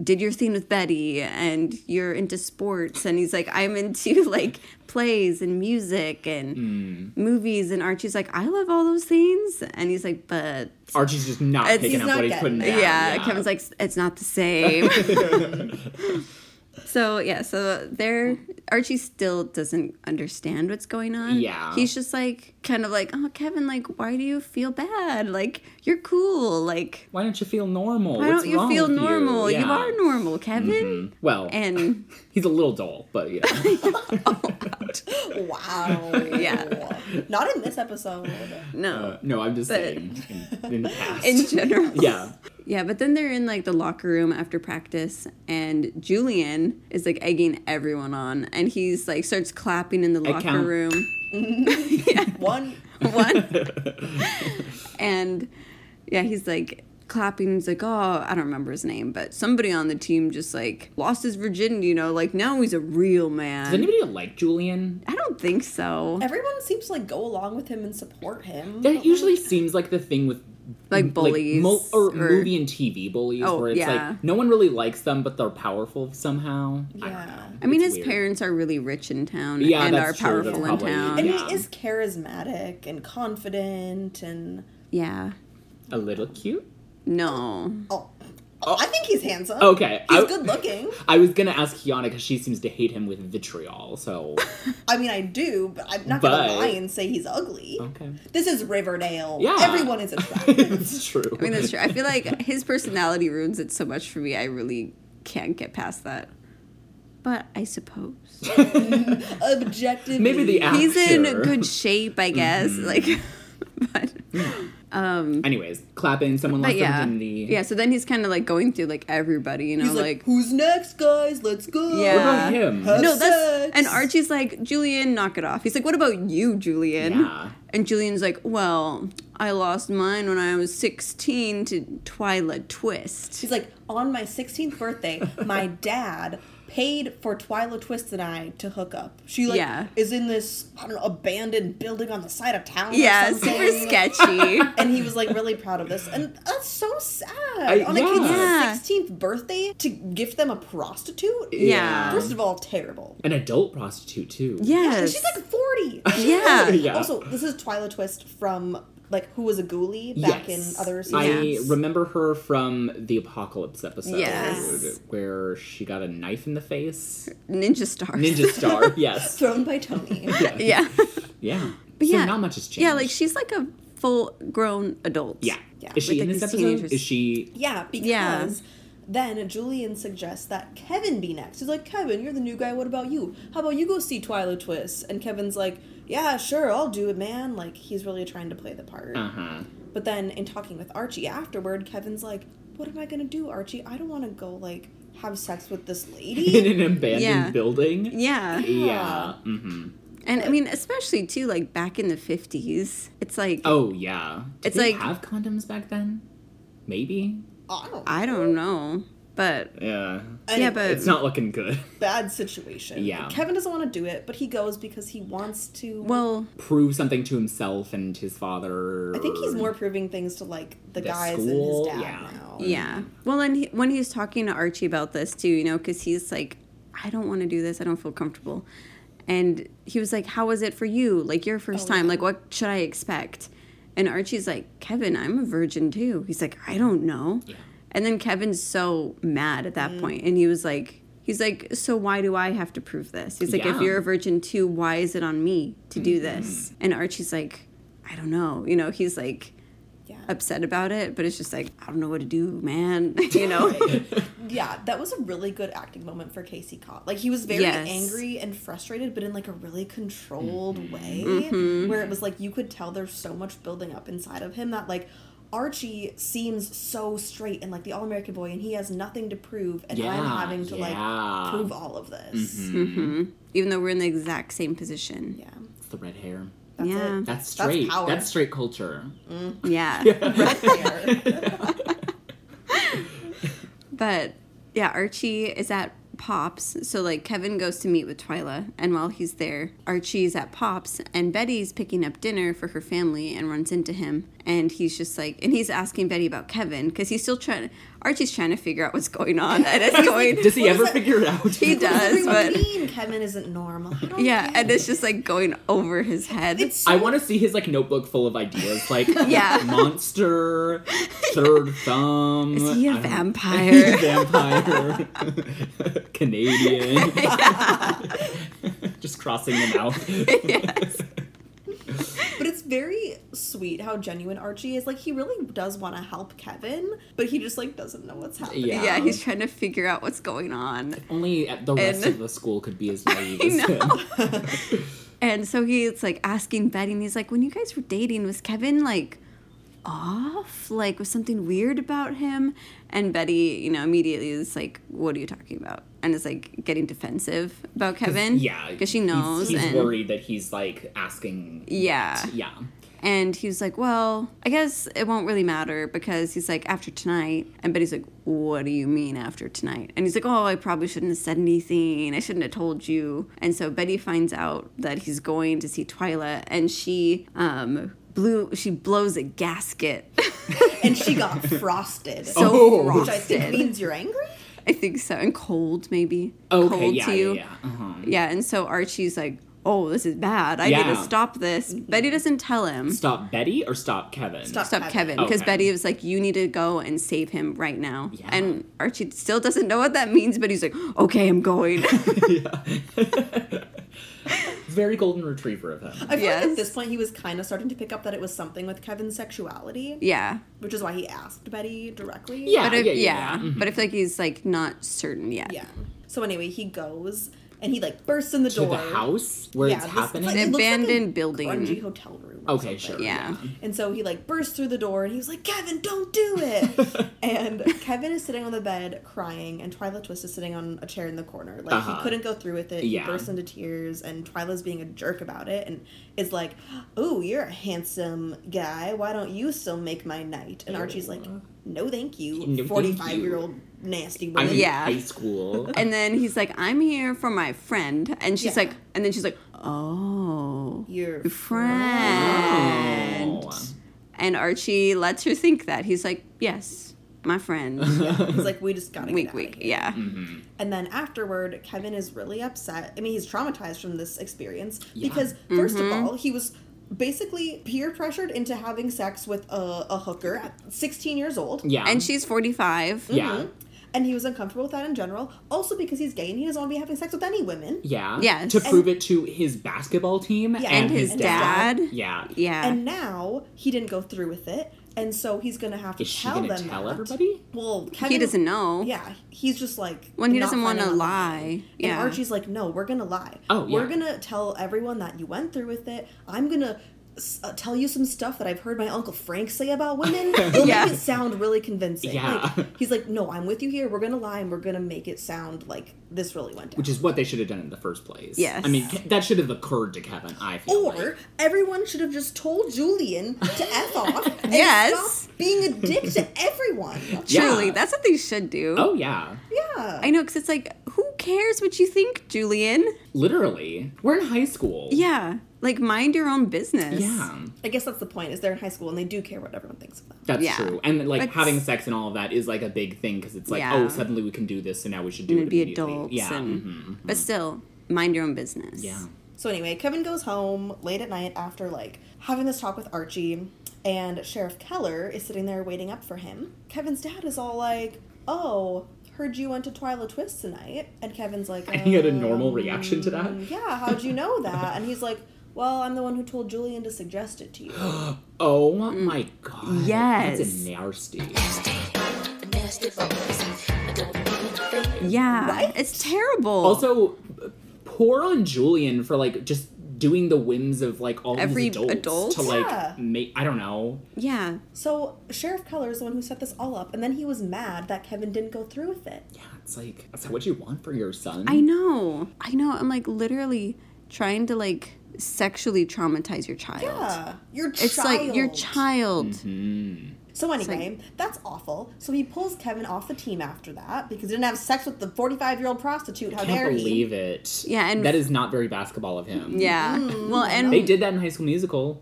S1: did your thing with Betty and you're into sports and he's like I'm into *laughs* like plays and music and movies and Archie's like I love all those things and he's like but
S2: Archie's just not
S1: It's-
S2: picking
S1: he's
S2: up
S3: not
S2: what he's
S3: getting
S2: putting
S3: it.
S2: down.
S1: yeah, Kevin's like it's not the same. *laughs* so yeah, so there Archie still doesn't understand what's going on.
S2: Yeah.
S1: He's just like kind of like, "Oh, Kevin, like why do you feel bad? Like you're cool. Like
S2: Why don't you feel normal?
S1: why
S2: What's
S1: don't you
S2: wrong
S1: feel
S2: with
S1: normal? You,
S2: Yeah. Mm-hmm.
S1: are normal, Kevin."
S2: Well,
S1: And
S2: he's a little dull,
S1: *laughs*
S2: but you know.
S3: Wow.
S1: Yeah.
S3: Not in this episode.
S2: *laughs*
S1: no.
S2: Uh, no, I'm just
S1: But-
S2: saying. In, in the past.
S1: in general. *laughs*
S2: *laughs* yeah.
S1: Yeah, but then they're in like the locker room after practice, and Julian is like egging everyone on, and he's like starts clapping in the
S2: I
S1: locker
S2: count.
S1: room.
S2: *laughs*
S3: One
S1: One. and yeah, he's like, clapping. He's like, oh, I don't remember his name, but somebody on the team just like lost his virginity, you know, like now he's a real man.
S2: Does anybody like Julian?
S1: I don't think so.
S3: Everyone seems to like go along with him and support him.
S2: That usually seems like the thing with
S1: Like
S2: m-
S1: bullies
S2: mo- or,
S1: or-
S2: movie and TV bullies,
S1: Oh,
S2: where it's
S1: yeah.
S2: like no one really likes them, but they're powerful somehow. I don't
S3: Yeah.
S2: know.
S1: I mean, his
S2: It's weird.
S1: parents are really rich in town
S2: Yeah,
S1: and
S2: that's
S1: are
S2: true. That's
S1: powerful in
S2: probably-
S1: town.
S3: And
S2: Yeah.
S3: he is charismatic and confident and
S1: yeah.
S2: a little cute.
S1: No.
S3: oh, oh, I think he's handsome.
S2: Okay,
S3: he's
S2: I-
S3: good looking.
S2: I was gonna ask Kiana because she seems to hate him with
S1: *laughs*
S2: vitriol. So
S3: I mean, I do, but I'm not
S2: But-
S3: gonna lie and say he's ugly.
S2: okay,
S3: This is Riverdale.
S2: yeah,
S3: everyone is
S2: *laughs*
S3: attractive.
S2: it's true.
S1: I mean, that's true. *laughs* I feel like his personality ruins it so much for me. I really can't get past that. But I suppose.
S3: Objectively,
S2: Maybe the actor.
S1: He's in good shape, I guess.
S2: Mm-hmm.
S1: Like, *laughs* but.
S2: *laughs* Anyways, clapping. Someone
S1: But
S2: lost
S1: yeah,
S2: their virginity.
S1: yeah. So then he's kind of like going through like everybody, you know,
S3: He's like,
S1: like,
S3: who's next, guys? Let's go.
S1: Yeah.
S2: What about him?
S3: Huh?
S1: no, that's
S3: sucks.
S1: and Archie's like, Julian, knock it off. He's like, what about you, Julian?
S2: Yeah.
S1: And Julian's like, well, I lost mine when I was sixteen to Twilight Twist.
S3: She's like, on my 16th birthday,
S1: *laughs*
S3: my dad paid for Twyla Twist and I to hook up. She like
S1: Yeah.
S3: is in this I don't know abandoned building on the side of town.
S1: Yeah,
S3: or something.
S1: super sketchy.
S3: *laughs* And he was like really proud of this, and that's so sad.
S2: I-
S3: on a kid's
S1: yeah.
S3: 16th birthday to gift them a prostitute.
S1: Yeah.
S3: First of all, terrible.
S2: An adult prostitute too.
S3: And
S1: yes.
S3: She's like 40.
S1: *laughs* Yeah.
S2: Yeah.
S3: Also, this is Twyla Twist from like who was a ghoulie back
S2: Yes.
S3: in other
S2: I
S3: seasons.
S1: Yes.
S2: remember her from the apocalypse episode,
S1: Yes.
S2: where she got a knife in the face.
S1: ninja stars.
S2: Ninja star, yes,
S3: Thrown by
S2: *laughs*
S3: Tony.
S1: *laughs* yeah.
S2: yeah.
S1: But
S2: so
S1: yeah,
S2: not much has changed.
S1: yeah, like she's like a full-grown adult.
S2: yeah.
S3: Yeah,
S2: Is
S1: with,
S2: she
S1: like,
S2: in this
S1: these
S2: episode?
S1: teenagers.
S2: Is she?
S3: Yeah, because
S1: Yeah.
S3: then Julian suggests that Kevin be next. He's like, Kevin, you're the new guy. What about you? How about you go see Twilight Twist? And Kevin's like, Yeah, sure, I'll do it, man. Like he's really trying to play the part.
S2: Uh huh.
S3: But then in talking with Archie afterward, Kevin's like, What am I gonna do, Archie? I don't want to go like have sex with this
S1: *laughs*
S2: In
S3: lady.
S2: an
S1: *laughs*
S2: abandoned
S1: Yeah.
S2: building.
S1: Yeah.
S2: Yeah. Mm-hmm.
S1: And I mean, especially too, like back in the fifties, it's like
S2: Oh yeah. Did
S1: It's
S2: they
S1: like-
S2: have condoms back then? Maybe.
S3: I don't.
S1: I don't know, but
S2: Yeah.
S1: yeah,
S3: Anyway.
S1: but
S2: It's not looking good. *laughs*
S3: bad situation.
S2: Yeah.
S3: Kevin doesn't want to do it, but he goes because he wants to.
S1: well,
S2: Prove something to himself and his father.
S3: I think he's more proving things to like the,
S2: The
S3: guys
S2: school,
S3: and his dad
S2: yeah.
S3: now.
S1: yeah. Well, and he, when he's talking to Archie about this too, you know, because he's like, I don't want to do this. I don't feel comfortable. And he was like, How was it for you? Like your first
S3: Oh,
S1: time.
S3: yeah.
S1: Like what should I expect? And Archie's like, Kevin, I'm a virgin too. He's like, I don't know.
S2: Yeah.
S1: And then Kevin's so mad at that point, and he was like, he's like, so why do I have to prove this? He's like, if
S2: Yeah.
S1: you're a virgin too, why is it on me to do this? And Archie's like, I don't know. You know, he's like
S3: Yeah.
S1: upset about it, but it's just like, I don't know what to do, man. *laughs* you
S3: *laughs*
S1: know?
S3: Yeah, that was a really good acting moment for Casey Cott. Like he was very
S1: Yes.
S3: angry and frustrated, but in like a really controlled
S2: Mm-hmm.
S3: way,
S1: Mm-hmm.
S3: where it was like you could tell there's so much building up inside of him that like Archie seems so straight and like the all American boy, and he has nothing to prove, and I'm
S2: Yeah,
S3: having to
S2: yeah. Mm-hmm.
S3: like prove all of this.
S1: hmm Even though we're in the exact same position.
S3: Yeah,
S2: It's the red hair.
S3: that's
S1: Yeah.
S3: it.
S2: That's straight. That's,
S3: power.
S2: straight culture.
S1: Yeah. *laughs* But yeah, Archie is at Pops. So like Kevin goes to meet with Twyla, and while he's there, Archie's at Pops, and Betty's picking up dinner for her family and runs into him. And he's just like, and he's asking Betty about Kevin because he's still trying. Archie's trying to figure out what's going on, and it's going.
S2: *laughs* Does he
S3: What
S2: ever
S3: is that?
S2: figure it out?
S1: he does,
S3: What
S1: but
S3: do you mean Kevin isn't normal? I don't
S1: yeah,
S3: get
S1: and
S3: it.
S1: it's just like going over his head.
S3: it's so
S2: I want to see his like notebook full of ideas, like
S1: *laughs* Yeah.
S2: monster, third thumb.
S1: Is he a
S2: I don't-
S1: vampire?
S2: *laughs* vampire, *laughs*
S1: *laughs*
S2: Canadian. *laughs* Just crossing them out.
S3: But it's very sweet how genuine Archie is. Like he really does want to help Kevin, but he just like doesn't know what's happening.
S2: Yeah.
S1: yeah, he's trying to figure out what's going on.
S2: *laughs* Only at the rest
S1: And-
S2: of the school could be
S1: *laughs*
S2: as naive as
S1: know.
S2: him. *laughs*
S1: And so he's like asking Betty, and he's like, when you guys were dating, was Kevin like off? Like, was something weird about him? And Betty, you know, immediately is like, what are you talking about? And is like getting defensive about Kevin.
S2: Yeah,
S1: Because she knows.
S2: He's, he's
S1: and
S2: worried that he's like asking.
S1: Yeah.
S2: Yeah.
S1: And he was like, Well, I guess it won't really matter because he's like, After tonight. And Betty's like, What do you mean after tonight? And he's like, Oh, I probably shouldn't have said anything. I shouldn't have told you. And so Betty finds out that he's going to see Twyla and she, um, blew, she blows a gasket. *laughs*
S2: *laughs*
S3: and she got frosted.
S1: so
S2: Oh.
S1: frosted.
S3: Which I think means you're angry?
S1: I think so. And cold, maybe.
S2: Okay,
S1: cold
S2: yeah,
S1: to you. Mm-hmm.
S2: yeah, yeah. Uh-huh.
S1: Yeah, and so Archie's like, "Oh, this is bad. I need to
S2: Yeah.
S1: stop this." Betty doesn't tell him. Stop,
S2: Stop Betty or stop Kevin?
S3: Stop.
S1: Kevin because
S2: Okay.
S1: Betty was like, "You need to go and save him right now."
S2: Yeah.
S1: And Archie still doesn't know what that means, but he's like, "Okay, I'm
S3: *laughs*
S1: going."
S2: Yeah. Very golden retriever of him.
S3: I feel like
S1: Yes.
S3: at this point he was kind of starting to pick up that it was something with Kevin's sexuality,
S1: yeah.
S3: which is why he asked Betty directly.
S2: Yeah.
S1: But if, yeah,
S2: yeah.
S1: but I feel like he's like not certain yet.
S3: Mm-hmm. Yeah. So anyway, he goes and he like bursts in the
S2: Mm-hmm. To
S3: door.
S2: the house where it's
S3: this-
S2: happening.
S3: like,
S1: An
S3: it looks like a
S1: abandoned building.
S3: grungy hotel room. or
S2: okay,
S3: something.
S2: sure.
S1: Yeah.
S3: And so he like bursts through the door and he was like, Kevin, don't do
S2: *laughs*
S3: it. and Kevin is sitting on the bed crying, and Twyla Twist is sitting on a chair in the corner. Like
S2: Uh-huh.
S3: he couldn't go through with it.
S2: Yeah.
S3: He bursts into tears, and Twyla's being a jerk about it and is like, Oh, you're a handsome guy. Why don't you still make my night? And Archie's like, No, thank
S2: No,
S3: you.
S2: thank
S3: 45 year
S2: you."
S3: old nasty
S2: I'm
S3: woman.
S2: in
S1: Yeah.
S2: high school.
S1: And then he's like, "I'm here for my friend," and she's
S3: Yeah.
S1: like, and then she's like, "Oh,
S3: Your
S1: friend."
S2: Oh.
S1: And Archie lets her think that he's like, "Yes, my
S3: *laughs*
S1: friend."
S2: *laughs*
S3: He's like, We just gotta
S1: Week,
S3: get out of
S1: week,
S3: here." Mm-hmm.
S1: yeah.
S3: And then afterward, Kevin is really upset. I mean, he's traumatized from this experience
S2: Yeah. Mm-hmm.
S3: because, 1st of all, he was basically peer pressured into having sex with a, a hooker at 16 years old. Mm-hmm.
S2: yeah.
S1: And she's 45.
S2: Yeah.
S3: And he was uncomfortable with that in general. Also because he's gay and he doesn't want to be having sex with any women.
S2: Yeah.
S1: Yes.
S2: To
S1: And-
S2: prove it to his basketball team
S3: Yeah.
S1: And
S2: and,
S1: his
S2: dad.
S1: dad.
S2: Yeah.
S1: Yeah.
S3: And now he didn't go through with it. And so he's going to have to
S2: Is she
S3: tell
S2: gonna
S3: them.
S2: tell
S3: that.
S2: everybody?
S3: Well, Kevin.
S1: he doesn't know.
S3: Yeah, he's just like
S1: When he
S3: not
S1: doesn't wanna
S3: planning on
S1: lie.
S3: lying.
S1: Yeah.
S3: And Archie's like, no, we're gonna lie.
S2: Oh,
S3: we're
S2: yeah.
S3: gonna tell everyone that you went through with it. I'm gonna s- uh, tell you some stuff that I've heard my uncle Frank say about
S2: *laughs*
S3: women. They'll
S1: Yeah.
S3: make it sound really convincing.
S2: Yeah.
S3: Like, he's like, no, I'm with you here. We're gonna lie and we're gonna make it sound like this really went down.
S2: Which is what they should have done in the first place.
S1: Yes.
S2: I mean, Ke- that should have occurred to Kevin, I feel.
S3: or
S2: like.
S3: everyone should have just told Julian to
S2: *laughs*
S3: f off. And
S1: Yes.
S3: stop being a dick to everyone.
S2: Yeah.
S1: Truly, that's what they should do.
S2: Oh, yeah.
S3: Yeah.
S1: I know, because it's like, who cares what you think, Julian?
S2: Literally. We're in high school.
S1: Yeah. Like, mind your own business.
S2: Yeah.
S3: I guess that's the point. Is they're in high school and they do care what everyone thinks of them.
S2: That's
S1: Yeah.
S2: true. And like
S1: But-
S2: having sex and all of that is like a big thing because it's like,
S1: Yeah.
S2: oh, suddenly we can do this, so now we should do
S1: And
S2: it.
S1: be
S2: immediately.
S1: adults.
S2: Yeah.
S1: and,
S2: mhm.
S1: But still, mind your own business.
S2: Yeah.
S3: So anyway, Kevin goes home late at night after like having this talk with Archie, and Sheriff Keller is sitting there waiting up for him. Kevin's dad is all like, "Oh, heard you went to Twyla Twist tonight," and Kevin's like,
S2: And he had a
S3: "Um,
S2: normal reaction to that.
S3: Yeah, how'd you know that? And he's like, "Well, I'm the one who told Julian to suggest it to you."
S2: *gasps* Oh my god.
S1: Mm. Yes.
S2: That's a nasty.
S1: Yeah.
S3: Right?
S1: It's terrible.
S2: Also, poor on Julian for like just doing the whims of like all
S1: Every
S2: these adults
S1: adult?
S2: to like
S3: Yeah.
S2: make. I don't know.
S1: yeah.
S3: So Sheriff Keller is the one who set this all up, and then he was mad that Kevin didn't go through with it.
S2: Yeah, it's like is that what you want for your son?
S1: I know. I know. I'm like literally trying to like sexually traumatize your child.
S3: Yeah, your child.
S1: It's like your child.
S2: Mm-hmm.
S3: So anyway, that's awful. So he pulls Kevin off the team after that because he didn't have sex with the forty-five-year-old prostitute. How
S2: I can't
S3: dare he?
S2: believe it.
S1: Yeah, and-
S2: that is not very basketball of him.
S1: Yeah. well, and
S2: Mm-hmm. they did that in High School Musical.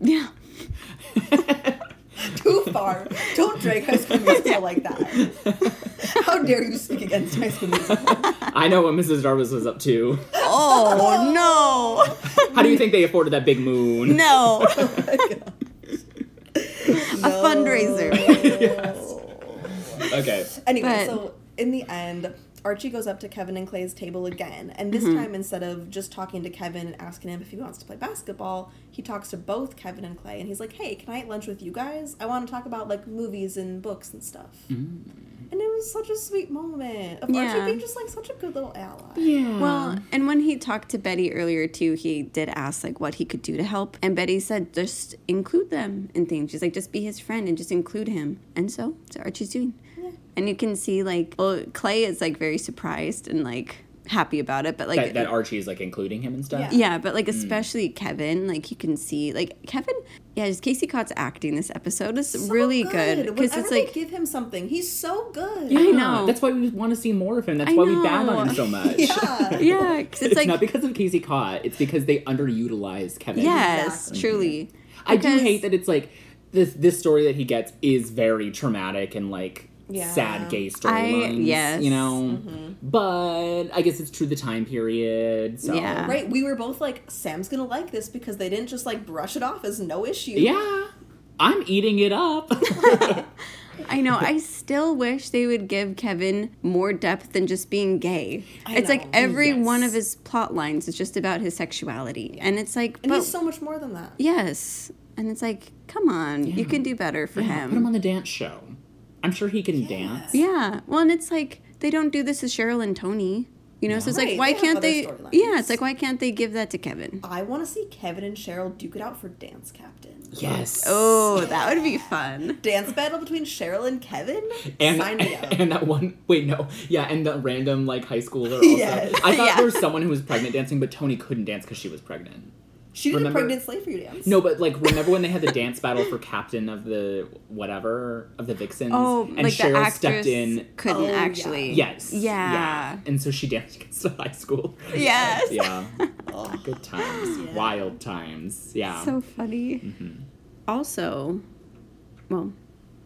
S1: yeah.
S3: *laughs* Too far. Don't drag High School Musical like that. How dare you speak against High School Musical?
S2: I know what Mrs. Jarvis was up to.
S1: *laughs* Oh no.
S2: How do you think they afforded that big moon?
S1: No.
S2: *laughs*
S1: *laughs*
S3: A *laughs*
S1: fundraiser.
S2: Okay.
S3: Anyway,
S1: But-
S3: so in the end, Archie goes up to Kevin and Clay's table again, and this
S1: Mm-hmm.
S3: time instead of just talking to Kevin and asking him if he wants to play basketball, he talks to both Kevin and Clay, and he's like, "Hey, can I eat lunch with you guys? I want to talk about like movies and books and stuff." And it was such a sweet moment of Archie
S1: Mm. Yeah.
S3: being just like such a good little ally.
S2: Yeah.
S1: Well, and when he talked to Betty earlier too, he did ask like what he could do to help, and Betty said just include them in things. She's like just be his friend and just include him, and so that's what Archie's doing. And you can see like well, Clay is like very surprised and like happy about it, but like
S2: that, Hmm. that Archie is like including him and stuff.
S3: Yeah.
S1: yeah, but like especially Kevin, like you can see like Kevin, yeah, just Casey Cott's acting this episode is
S3: So
S1: really good because
S3: Whenever
S1: it's
S3: they
S1: like
S3: give him something. He's so good.
S1: I know.
S2: That's why we want to see more of him. That's
S1: I
S2: why we bag
S1: know. *laughs*
S2: on him so much. *laughs*
S3: Yeah.
S1: yeah, 'cause
S2: It's,
S1: it's like
S2: not because of Casey Cott. It's because they underutilized Kevin.
S1: yes,
S3: Exactly.
S1: truly.
S2: I do
S1: Because-
S2: hate that it's like this. This story that he gets is very traumatic and like
S3: Yeah.
S2: sad gay
S1: I-
S2: storylines.
S1: yes. Mm-hmm.
S2: you know. But I guess it's true the time period. So.
S1: Yeah.
S3: Right, we were both like, Sam's gonna like this because they didn't just like brush it off as no issue.
S2: Yeah. I'm eating it up. *laughs*
S1: I know. I still wish they would give Kevin more depth than just being gay.
S3: I
S1: it's like
S3: know.
S1: every
S2: Yes.
S1: one of his plot lines is just about his sexuality, and it's like,
S3: And
S1: but
S3: he's so much more than that.
S1: yes, and it's like, come on, you can do better for
S2: Yeah, Put him
S1: him.
S2: on the dance show. I'm sure he can dance.
S1: yeah. Well, and it's like they don't do this to Cheryl and Tony, you know. So it's
S3: Right,
S1: like, why
S3: they have
S1: can't
S3: other
S1: they?
S3: storylines.
S1: Yeah, it's like why can't they give that to Kevin?
S3: I wanna see Kevin and Cheryl duke it out for Dance Captain.
S2: Yes.
S1: Oh, that would be fun.
S3: Dance battle between Cheryl and Kevin?
S2: And,
S3: Sign me up.
S2: *laughs* and that one, wait, no. Yeah, and the random, like, high schooler also.
S3: Yes.
S2: I
S1: *laughs*
S2: thought
S1: Yeah.
S2: there was someone who was pregnant dancing, but Tony couldn't dance because she was pregnant.
S3: She did
S2: remember-
S3: a pregnant slave for you dance.
S2: No, but, like, remember when they had the dance battle for captain of the whatever, of the Vixens?
S1: Oh,
S2: and
S1: like the
S2: Cheryl
S1: actress
S2: stepped in.
S1: couldn't
S3: Oh, yeah.
S1: actually.
S2: Yes.
S1: Yeah.
S2: And so she danced against the high school.
S1: Yes.
S2: Yeah.
S3: Ugh.
S2: Good times.
S3: Yeah.
S2: Wild times. Yeah.
S1: So funny.
S2: mm-hmm.
S1: Also, well,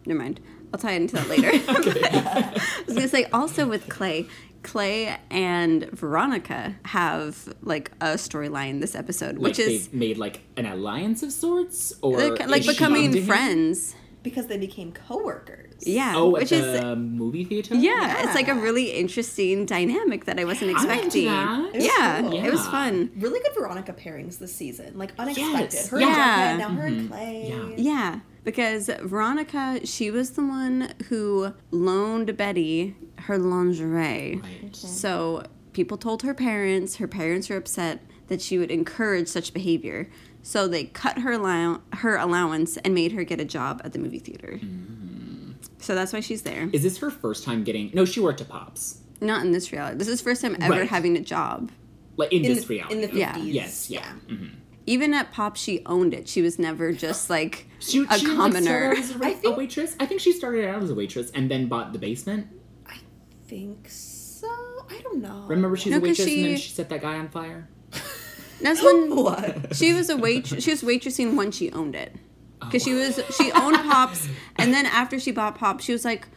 S1: never mind. I'll tie it into that
S2: *laughs*
S1: later. *laughs* I was gonna say also with Clay, Clay and Veronica have like a storyline this episode,
S2: like
S1: which is
S2: they've made like an alliance of sorts or
S1: they're ki- like
S2: is she onto
S1: becoming
S2: him?
S1: friends.
S3: Because they became coworkers.
S1: Yeah,
S2: oh at
S1: which
S2: the
S1: is
S2: movie theater
S1: yeah, it's like a
S3: Yeah.
S1: really interesting dynamic that I wasn't
S2: I'm into
S1: expecting.
S2: that.
S3: It's
S1: Yeah,
S3: cool.
S1: it was
S2: Yeah.
S1: fun.
S3: Really good Veronica pairings this season. Like unexpected.
S2: Yes,
S3: Her
S1: yeah.
S3: and Jughead, now her and Clay.
S2: Yeah.
S1: Yeah, because Veronica, she was the one who loaned Betty her lingerie.
S2: right
S1: So people told her parents, her parents were upset that she would encourage such behavior. So they cut her allow- her allowance and made her get a job at the movie theater.
S2: Mm.
S1: So that's why she's there.
S2: is this her first time getting no she worked at pops
S1: Not in this reality. This is first time ever
S2: Right.
S1: having a job.
S2: like in,
S3: In,
S2: this
S3: the,
S2: reality
S3: in the 50s.
S1: Yeah.
S2: yes yeah, Mhm.
S1: Even at Pop, she owned it. She was never just like
S2: *laughs* She,
S1: a
S2: she, like,
S1: commoner. *laughs*
S2: started out as a, wa-
S3: I think-
S2: a waitress i think she started out as a waitress and then bought the basement
S3: I think so. I don't know.
S2: remember she's
S1: No,
S2: a
S1: 'cause
S2: waitress and then
S1: she-
S2: she set that guy on fire
S1: that's when
S3: *laughs*
S1: *laughs*
S3: what?
S1: she was a wait. She was waitressing when she owned it. Because she
S2: Oh.
S1: was she owned Pops, and then after she bought Pops, she was like,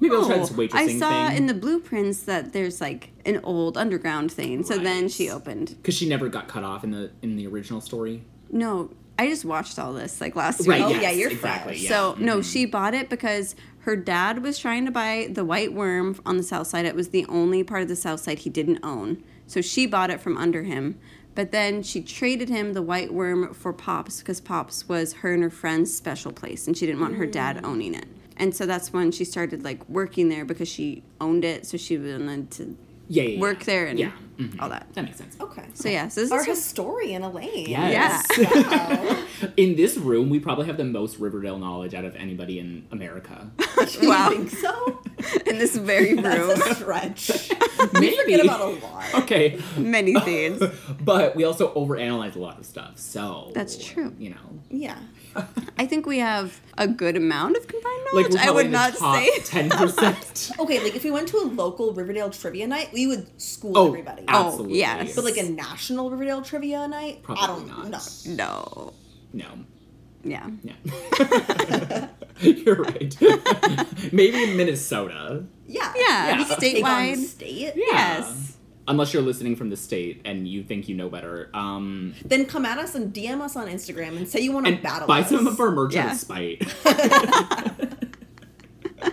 S2: maybe i'll try
S1: Oh,
S2: this waitressing
S1: I saw
S2: thing
S1: in the blueprints that there's like an old underground thing. So then
S2: Right.
S1: she opened.
S2: because she never got cut off in the in the original story
S1: No, I just watched all this like last
S2: right
S1: week.
S3: Oh,
S2: yes,
S3: yeah, you're
S2: exactly
S3: fresh.
S2: yeah. Mm-hmm.
S1: So no, she bought it because her dad was trying to buy the White Worm on the South Side. It was the only part of the South Side he didn't own. So she bought it from under him. But then she traded him the White Worm for Pops because Pops was her and her friend's special place, and she didn't want her
S2: Mm.
S1: dad owning it. And so that's when she started like working there because she owned it, so she wanted to
S2: Mm-hmm. yeah, yeah, yeah.
S1: work there and Oh,
S2: yeah mhm.
S1: all that.
S2: that makes sense
S3: Okay.
S1: So yeah, so this
S3: Our
S1: is just
S3: historian, Elaine.
S2: Yes.
S3: Wow.
S2: *laughs* In this room, we probably have the most Riverdale knowledge out of anybody in
S1: *laughs*
S2: America.
S1: Wow.
S3: You think so?
S1: *laughs* in this
S2: *laughs*
S1: very room
S3: That's a stretch.
S2: Maybe.
S3: Forget about a
S2: *laughs*
S3: lot.
S2: okay.
S1: many things.
S2: But we also overanalyze a lot of stuff, so
S1: That's true.
S2: You know,
S3: Yeah.
S1: I think we have a good amount of combined
S2: like
S1: knowledge.
S2: we're
S1: I would not say
S2: *laughs*
S1: *laughs*
S2: ten percent.
S3: Okay, like if we went to a local Riverdale trivia night, we would school
S2: Oh,
S3: everybody.
S2: absolutely.
S1: yes.
S3: But like a national Riverdale trivia night, I
S2: Probably
S3: don't
S2: not.
S3: know.
S1: no.
S2: no,
S1: Yeah.
S2: no. *laughs* You're right. *laughs* Maybe in Minnesota.
S3: Yeah.
S1: Yeah,
S2: Yeah.
S3: Take on
S1: statewide.
S3: state.
S1: Yes.
S2: Unless you're listening from the state and you think you know better, um,
S3: Then come at us and DM us on Instagram and say you want to
S2: and
S3: battle
S2: buy
S3: us.
S2: some of our merch out
S1: Yeah.
S2: of
S1: *laughs*
S2: spite. *laughs*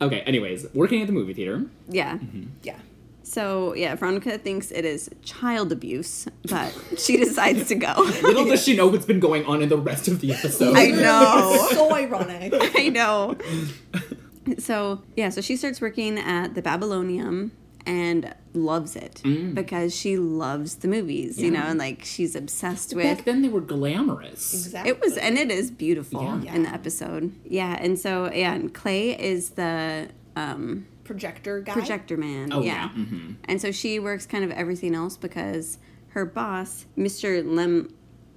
S2: okay. Anyways, working at the movie theater.
S1: Yeah.
S2: Mm-hmm.
S3: Yeah.
S1: So yeah, Veronica thinks it is child abuse, but she *laughs* decides to go. *laughs*
S2: Little does she know what's been going on in the rest of the episode.
S1: I know.
S3: It's *laughs* so ironic.
S1: I
S2: *laughs*
S1: know. So yeah, so she starts working at the Babylonium and loves it
S2: Mm.
S1: because she loves the movies, you know, and like she's obsessed with
S2: Back then they were glamorous.
S3: Exactly.
S1: It was, and it is beautiful
S2: Yeah.
S1: in the episode. Yeah, and so yeah, and Clay is the um,
S3: projector guy.
S1: projector man.
S2: Oh,
S1: yeah.
S2: yeah, mhm.
S1: And so she works kind of everything else because her boss, Mr. Lem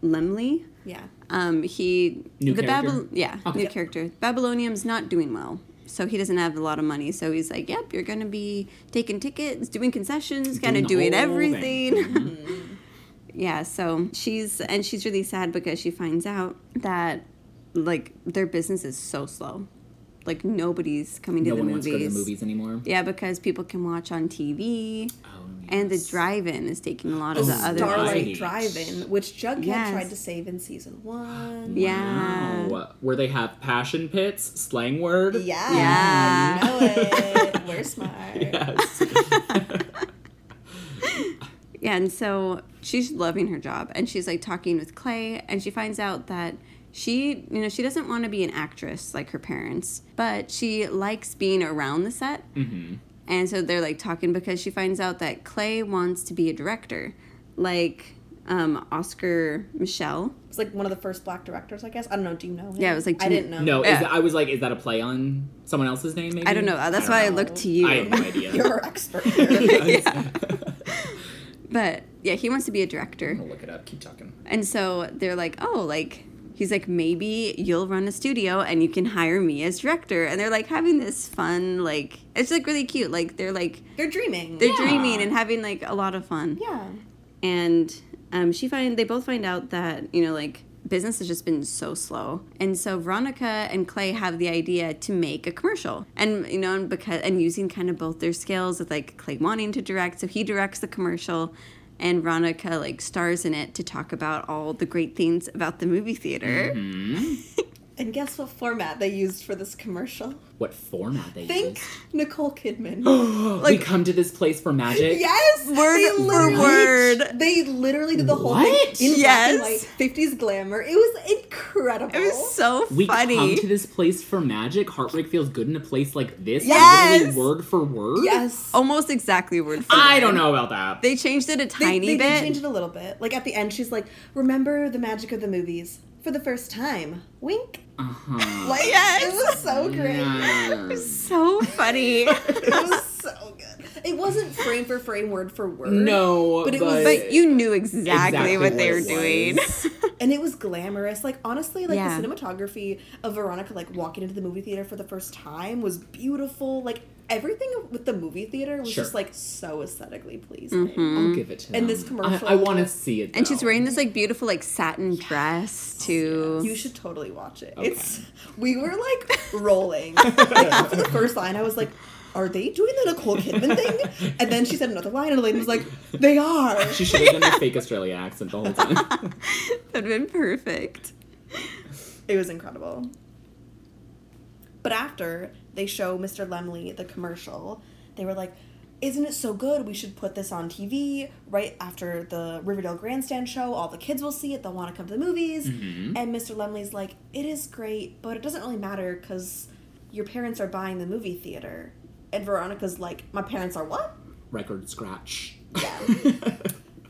S1: Lemley,
S3: Yeah.
S1: um, he
S2: New
S1: the
S2: character?
S1: Babylon yeah,
S2: Okay.
S1: new
S2: Yep.
S1: character. Babylonium's not doing well. So he doesn't have a lot of money. So he's like, "Yep, you're gonna be taking tickets, doing concessions, kind
S2: Doing
S1: of
S2: the
S1: doing
S2: whole thing. Mm-hmm.
S1: everything." *laughs* yeah. So she's and she's really sad because she finds out that like their business is so slow. Like nobody's coming to
S2: no
S1: the
S2: one wants
S1: movies.
S2: to go to the movies anymore.
S1: Yeah, because people can watch on TV,
S2: Oh,
S1: and the
S2: yes.
S1: drive-in is taking a lot of
S2: Oh,
S1: the other.
S2: Starlight.
S1: Right.
S3: Starlight Drive-In, which Jughead
S1: Yes.
S3: tried to save in season one.
S1: Yeah.
S2: Wow. Where they have passion pits, slang word.
S3: Yeah.
S1: Yeah.
S3: You know it. We're smart.
S1: *laughs*
S2: Yes.
S1: Yeah, and so she's loving her job, and she's like talking with Clay, and she finds out that she, you know, she doesn't want to be an actress like her parents, but she likes being around the set.
S2: hmm
S1: And so they're like talking because she finds out that Clay wants to be a director, like um, Oscar Michelle.
S3: It's like one of the first black directors, I guess. I don't know. Do you know? Him?
S1: Yeah, it was like
S3: I
S1: Jim-
S3: didn't know.
S2: No,
S1: Yeah.
S2: is that, I was like, is that a play on someone else's name? Maybe
S1: I don't know. That's
S2: I
S1: why I
S2: don't
S1: looked to you.
S2: I have
S1: *laughs*
S2: no idea. *laughs*
S3: You're our expert. Here.
S1: yeah. but yeah, he wants to be a director.
S2: I'm gonna look it up. Keep talking.
S1: And so they're like, oh, like, he's like, maybe you'll run a studio and you can hire me as director. And they're like having this fun, like, it's like really cute. Like, they're like,
S3: They're dreaming.
S1: they're
S2: Yeah.
S1: dreaming and having like a lot of fun.
S3: yeah.
S1: And um, she find they both find out that, you know, like, business has just been so slow. And so Veronica and Clay have the idea to make a commercial. And, you know, and because, and using kind of both their skills with like Clay wanting to direct. So he directs the commercial and Veronica like stars in it to talk about all the great things about the movie theater.
S2: Mm-hmm. Hmm?
S3: And guess what format they used for this commercial?
S2: What format they
S3: Think
S2: use?
S3: Nicole Kidman.
S1: *gasps*
S2: *gasps* we come to this place for magic.
S3: yes.
S1: Word
S3: they
S1: for
S3: literally-
S1: word.
S3: They literally did the whole
S2: What?
S3: thing in
S1: Yes.
S3: black and white. Fifties glamour. It was incredible.
S1: It was so
S2: We come
S1: funny.
S2: to this place for magic. Heartbreak feels good in a place like this.
S1: Yes.
S2: Literally word for word.
S3: yes.
S1: Almost exactly word for
S2: I
S1: word.
S2: don't know about that.
S1: They changed it a
S3: They-
S1: tiny
S3: they, did
S1: bit.
S3: change it a little bit. Like at the end, she's like, "Remember the magic of the movies for the first time." Wink.
S2: uh-huh.
S3: Like
S1: Oh, Yes.
S3: it was so great.
S2: Yes.
S1: so funny.
S2: *laughs*
S3: It was so good. It wasn't frame for frame, word for word.
S2: No,
S3: But it was-
S1: but you knew exactly,
S2: Exactly
S1: what they were
S2: what it
S1: doing.
S2: was.
S3: and it was glamorous. Like honestly, like
S1: Yeah.
S3: the cinematography of Veronica like walking into the movie theater for the first time was beautiful. Like everything with the movie theater was
S2: Sure.
S3: just like so aesthetically pleasing.
S2: I'll give it to them.
S3: Mm-hmm. And this commercial-
S2: I, I want to see it.
S1: And she's
S2: though.
S1: wearing this like beautiful like satin dress too.
S3: You should totally watch it.
S2: Okay.
S3: It's *laughs* we were like
S2: *laughs*
S3: rolling. like after the first line, I was like, "Are they doing the Nicole Kidman thing?" And then she said another line, and Elaine was like, "They are."
S2: She should have done a fake Australia accent the whole time.
S1: *laughs* *laughs* That'd been perfect.
S3: It was incredible. But after they show Mr. Lemley the commercial, they were like, isn't it so good? We should put this on TV right after the Riverdale Grandstand show. All the kids will see it. They'll want to come to the movies. And Mr. Lemley's like, it is great, but it doesn't really matter because your parents are buying the movie theater. And Veronica's like, my parents are what?
S2: Record scratch.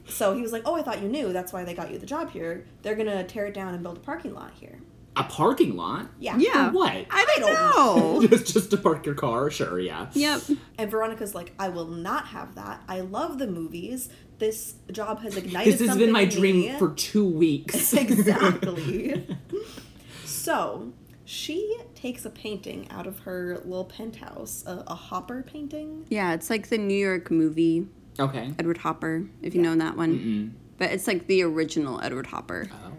S3: So he was like, oh, I thought you knew. That's why they got you the job here. They're going to tear it down and build a parking lot here.
S2: *laughs* a parking lot.
S3: Yeah.
S1: Yeah.
S2: For what?
S1: I don't
S3: don't
S1: know.
S2: just just to park your car. Sure. Yeah.
S1: *laughs* yep.
S3: And Veronica's like, I will not have that. I love the movies. This job has ignited.
S2: This has
S3: something
S2: been my
S3: in
S2: dream
S3: me."
S2: for *laughs* two weeks.
S3: *laughs* exactly. so she takes a painting out of her little penthouse, a, a Hopper painting.
S1: Yeah, it's like the New York movie
S2: *laughs* okay.
S1: Edward Hopper, if you know that one. But it's like the original Edward Hopper.
S2: Oh.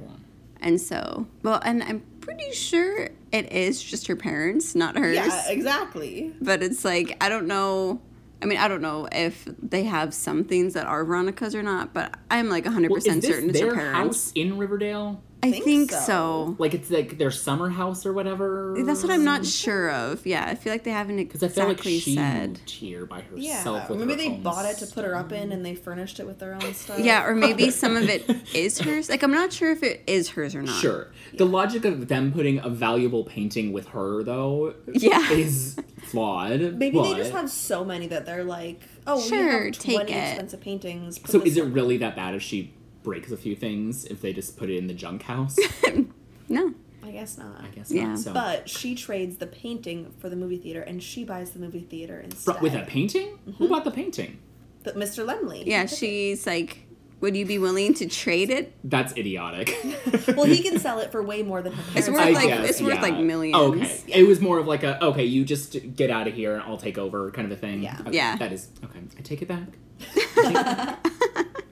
S1: And so, well, and I'm pretty sure it is just her parents, not hers.
S3: Yeah, exactly.
S1: But it's like, I don't know. I mean, I don't know if they have some things that are Veronica's or not, but I'm like 100%
S2: Well, is this
S1: certain it's her
S2: their
S1: parents.
S2: house in Riverdale?
S1: I
S3: Think
S1: think,
S3: so.
S1: so.
S2: Like it's like their summer house or whatever.
S1: That's what I'm not sure of. Yeah, I feel like they haven't
S2: Because I feel
S1: exactly
S2: like she
S1: said.
S2: moved here by herself.
S3: Yeah.
S2: with
S3: Maybe
S2: her
S3: they
S2: own
S3: bought it to put her up in and they furnished it with their own stuff.
S1: Yeah, or maybe some of
S2: *laughs*
S1: it is hers. Like I'm not sure if it is hers or not.
S2: Sure. The logic of them putting a valuable painting with her though
S1: Yeah.
S2: is
S1: *laughs*
S2: flawed.
S3: Maybe
S2: but...
S3: they just have so many that they're like, oh, we
S1: Sure,
S3: have
S1: take
S3: 20
S1: it.
S3: expensive paintings. put
S2: So
S3: this
S2: is it
S3: one."
S1: *laughs*
S2: really that bad if she breaks a few things if they just put it in the junk house?
S1: No.
S3: I I guess not.
S2: I guess
S1: Yeah.
S2: not. So,
S3: But she trades the painting for the movie theater, and she buys the movie theater instead.
S2: Fr- with a painting?
S1: Mm-hmm.
S2: Who bought the painting?
S3: But Mr. Lemley.
S1: Yeah, she's like, would you be willing to trade it? *laughs*
S2: That's idiotic.
S3: *laughs* Well, he can sell it for way more than her parents.
S1: worth,
S2: I
S3: are.
S1: like-
S2: guess,
S1: it's worth,
S2: yeah.
S1: like, millions.
S2: Okay, it was more of like a okay, you just get out of here and I'll take over kind of a thing.
S3: Yeah.
S2: Okay,
S1: Yeah.
S2: That is okay. I take it back.
S1: *laughs*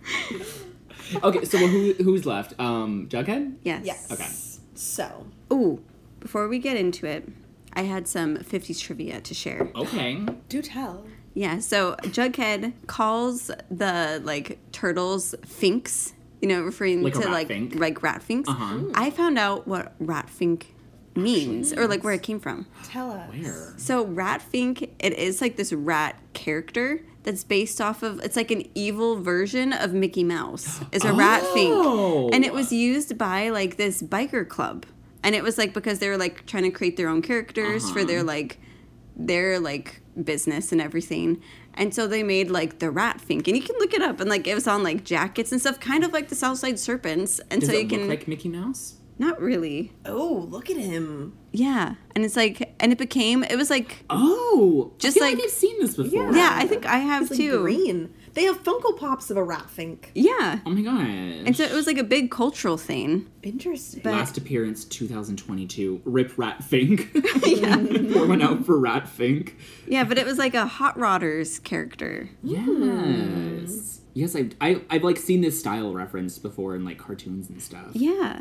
S2: okay, so who who's left? Um, Jughead.
S1: *laughs* Yes.
S3: Yes. So
S1: Ooh, before we get into it, I had some 50s trivia to share.
S2: Okay.
S3: do tell.
S1: Yeah, so Jughead calls the like turtles finks, you know, referring
S2: Like a
S1: to
S2: rat
S1: like
S2: fink?
S1: like rat finks.
S2: Uh-huh.
S1: I found out what rat fink means or like where it came from.
S3: Tell us.
S2: Where?
S1: So rat fink, it is like this rat character that's based off of it's like an evil version of Mickey Mouse. Is a rat
S2: Oh.
S1: fink. And it was used by like this biker club. And it was like because they were like trying to create their own characters for their
S2: Uh-huh.
S1: like their like business and everything. And so they made like the rat fink. And you can look it up and like it was on like jackets and stuff, kind of like the Southside Serpents. And
S2: Does
S1: so
S2: it
S1: you
S2: look
S1: can
S2: like Mickey Mouse?
S1: not really.
S3: Oh, look at him.
S1: Yeah. And it's like and it became it was like
S2: Oh, I
S1: Just
S2: feel like,
S1: like-
S2: I've seen this before.
S1: Yeah, I think I have
S3: It's like
S1: too.
S3: green. They have Funko Pops of a rat fink.
S1: Yeah.
S2: Oh my gosh.
S1: And so it was like a big cultural thing.
S3: Interesting.
S1: But-
S2: Last appearance 2022. Rip
S1: *laughs*
S2: Rat Fink. *laughs* Pour one out for Rat Fink.
S1: Yeah, but it was like a Hot Rodders character.
S2: Yes. Yes, I've, I, I've like seen this style referenced before in like cartoons and stuff.
S1: Yeah.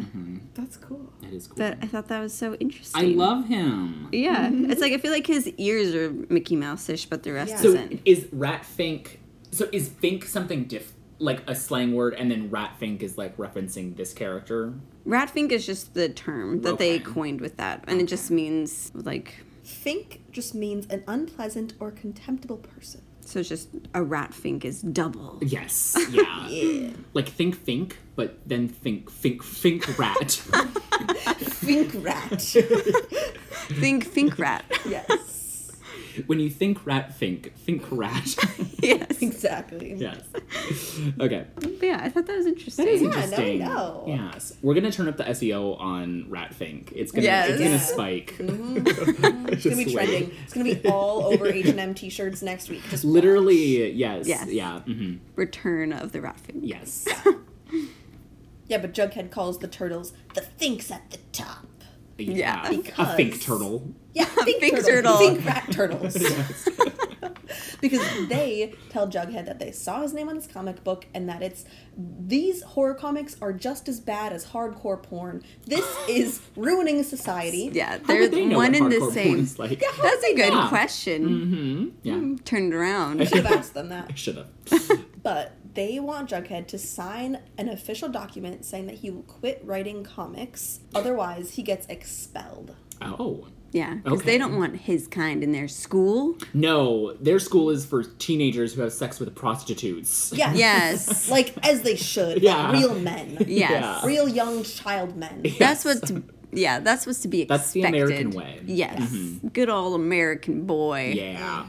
S3: That's cool.
S2: That is cool.
S1: But I thought that was so interesting.
S2: Mm-hmm. I love him.
S1: Yeah. It's like I feel like his ears are Mickey Mouse ish, but the rest
S3: Yeah.
S2: So
S1: isn't.
S2: is Rat Fink? So is Fink something diff? Like a slang word, and then Rat Fink is like referencing this character.
S1: Ratfink is just the term that they
S2: Okay.
S1: coined with that. And it just means like
S3: Fink just means an unpleasant or contemptible person.
S1: so it's just a ratfink is
S2: *laughs*
S1: double. *laughs*
S2: Yes. Yeah. Like think Fink, but then think Fink Fink Rat. *laughs*
S3: Fink rat.
S1: Think think rat.
S3: *laughs*
S2: *laughs*
S3: yes.
S2: when you think Rat Fink, think Rat. *laughs*
S1: yes.
S3: Exactly.
S2: yes. Okay.
S1: But yeah, I thought that was interesting.
S2: That is
S3: Yeah, now we
S2: interesting.
S3: know.
S2: Yes, we're gonna turn up the SEO on Ratfink. It's gonna
S1: Yes.
S2: it's gonna
S1: Yeah.
S2: spike.
S3: It's
S2: *laughs*
S3: gonna be trending. It's gonna be all over H and M t-shirts next week. Just
S2: Literally, yes,
S1: Yes.
S2: yeah, mhm,
S1: Return of the ratfink.
S2: yes.
S3: Yeah, but Jughead calls the turtles the Finks at the top.
S2: yeah, a
S3: Because-
S2: fink turtle.
S3: Yeah, *laughs* Fink,
S1: Fink
S3: turtles.
S1: turtle.
S3: Fink rat turtles. *laughs* because they tell Jughead that they saw his name on this comic book and that it's these horror comics are just as bad as hardcore porn. This is ruining society. *laughs*
S1: Yeah,
S2: How
S1: they're
S2: would they know
S1: one
S2: what
S1: and the
S2: hardcore
S1: same.
S2: porn's Like,
S1: That's a good
S2: Yeah.
S1: question.
S2: hmm yeah,
S1: Turn it
S2: *laughs*
S1: around.
S3: Should have asked them that.
S2: should have.
S3: But they want Jughead to sign an official document saying that he will quit writing comics, otherwise he gets expelled.
S2: Oh
S1: Yeah, because
S2: Okay.
S1: they don't want his kind in their school.
S2: no, their school is for teenagers who have sex with prostitutes.
S3: Yeah.
S1: Yes.
S3: *laughs* Like as they should.
S2: Yeah.
S3: Like real men.
S1: Yes.
S2: Yeah.
S3: Real young child
S2: *laughs*
S3: men. *laughs*
S1: That's what's yeah, that's what's to be expected.
S2: That's the American way. Mm-hmm.
S1: Yes. Good old American boy. *laughs*
S2: Yeah.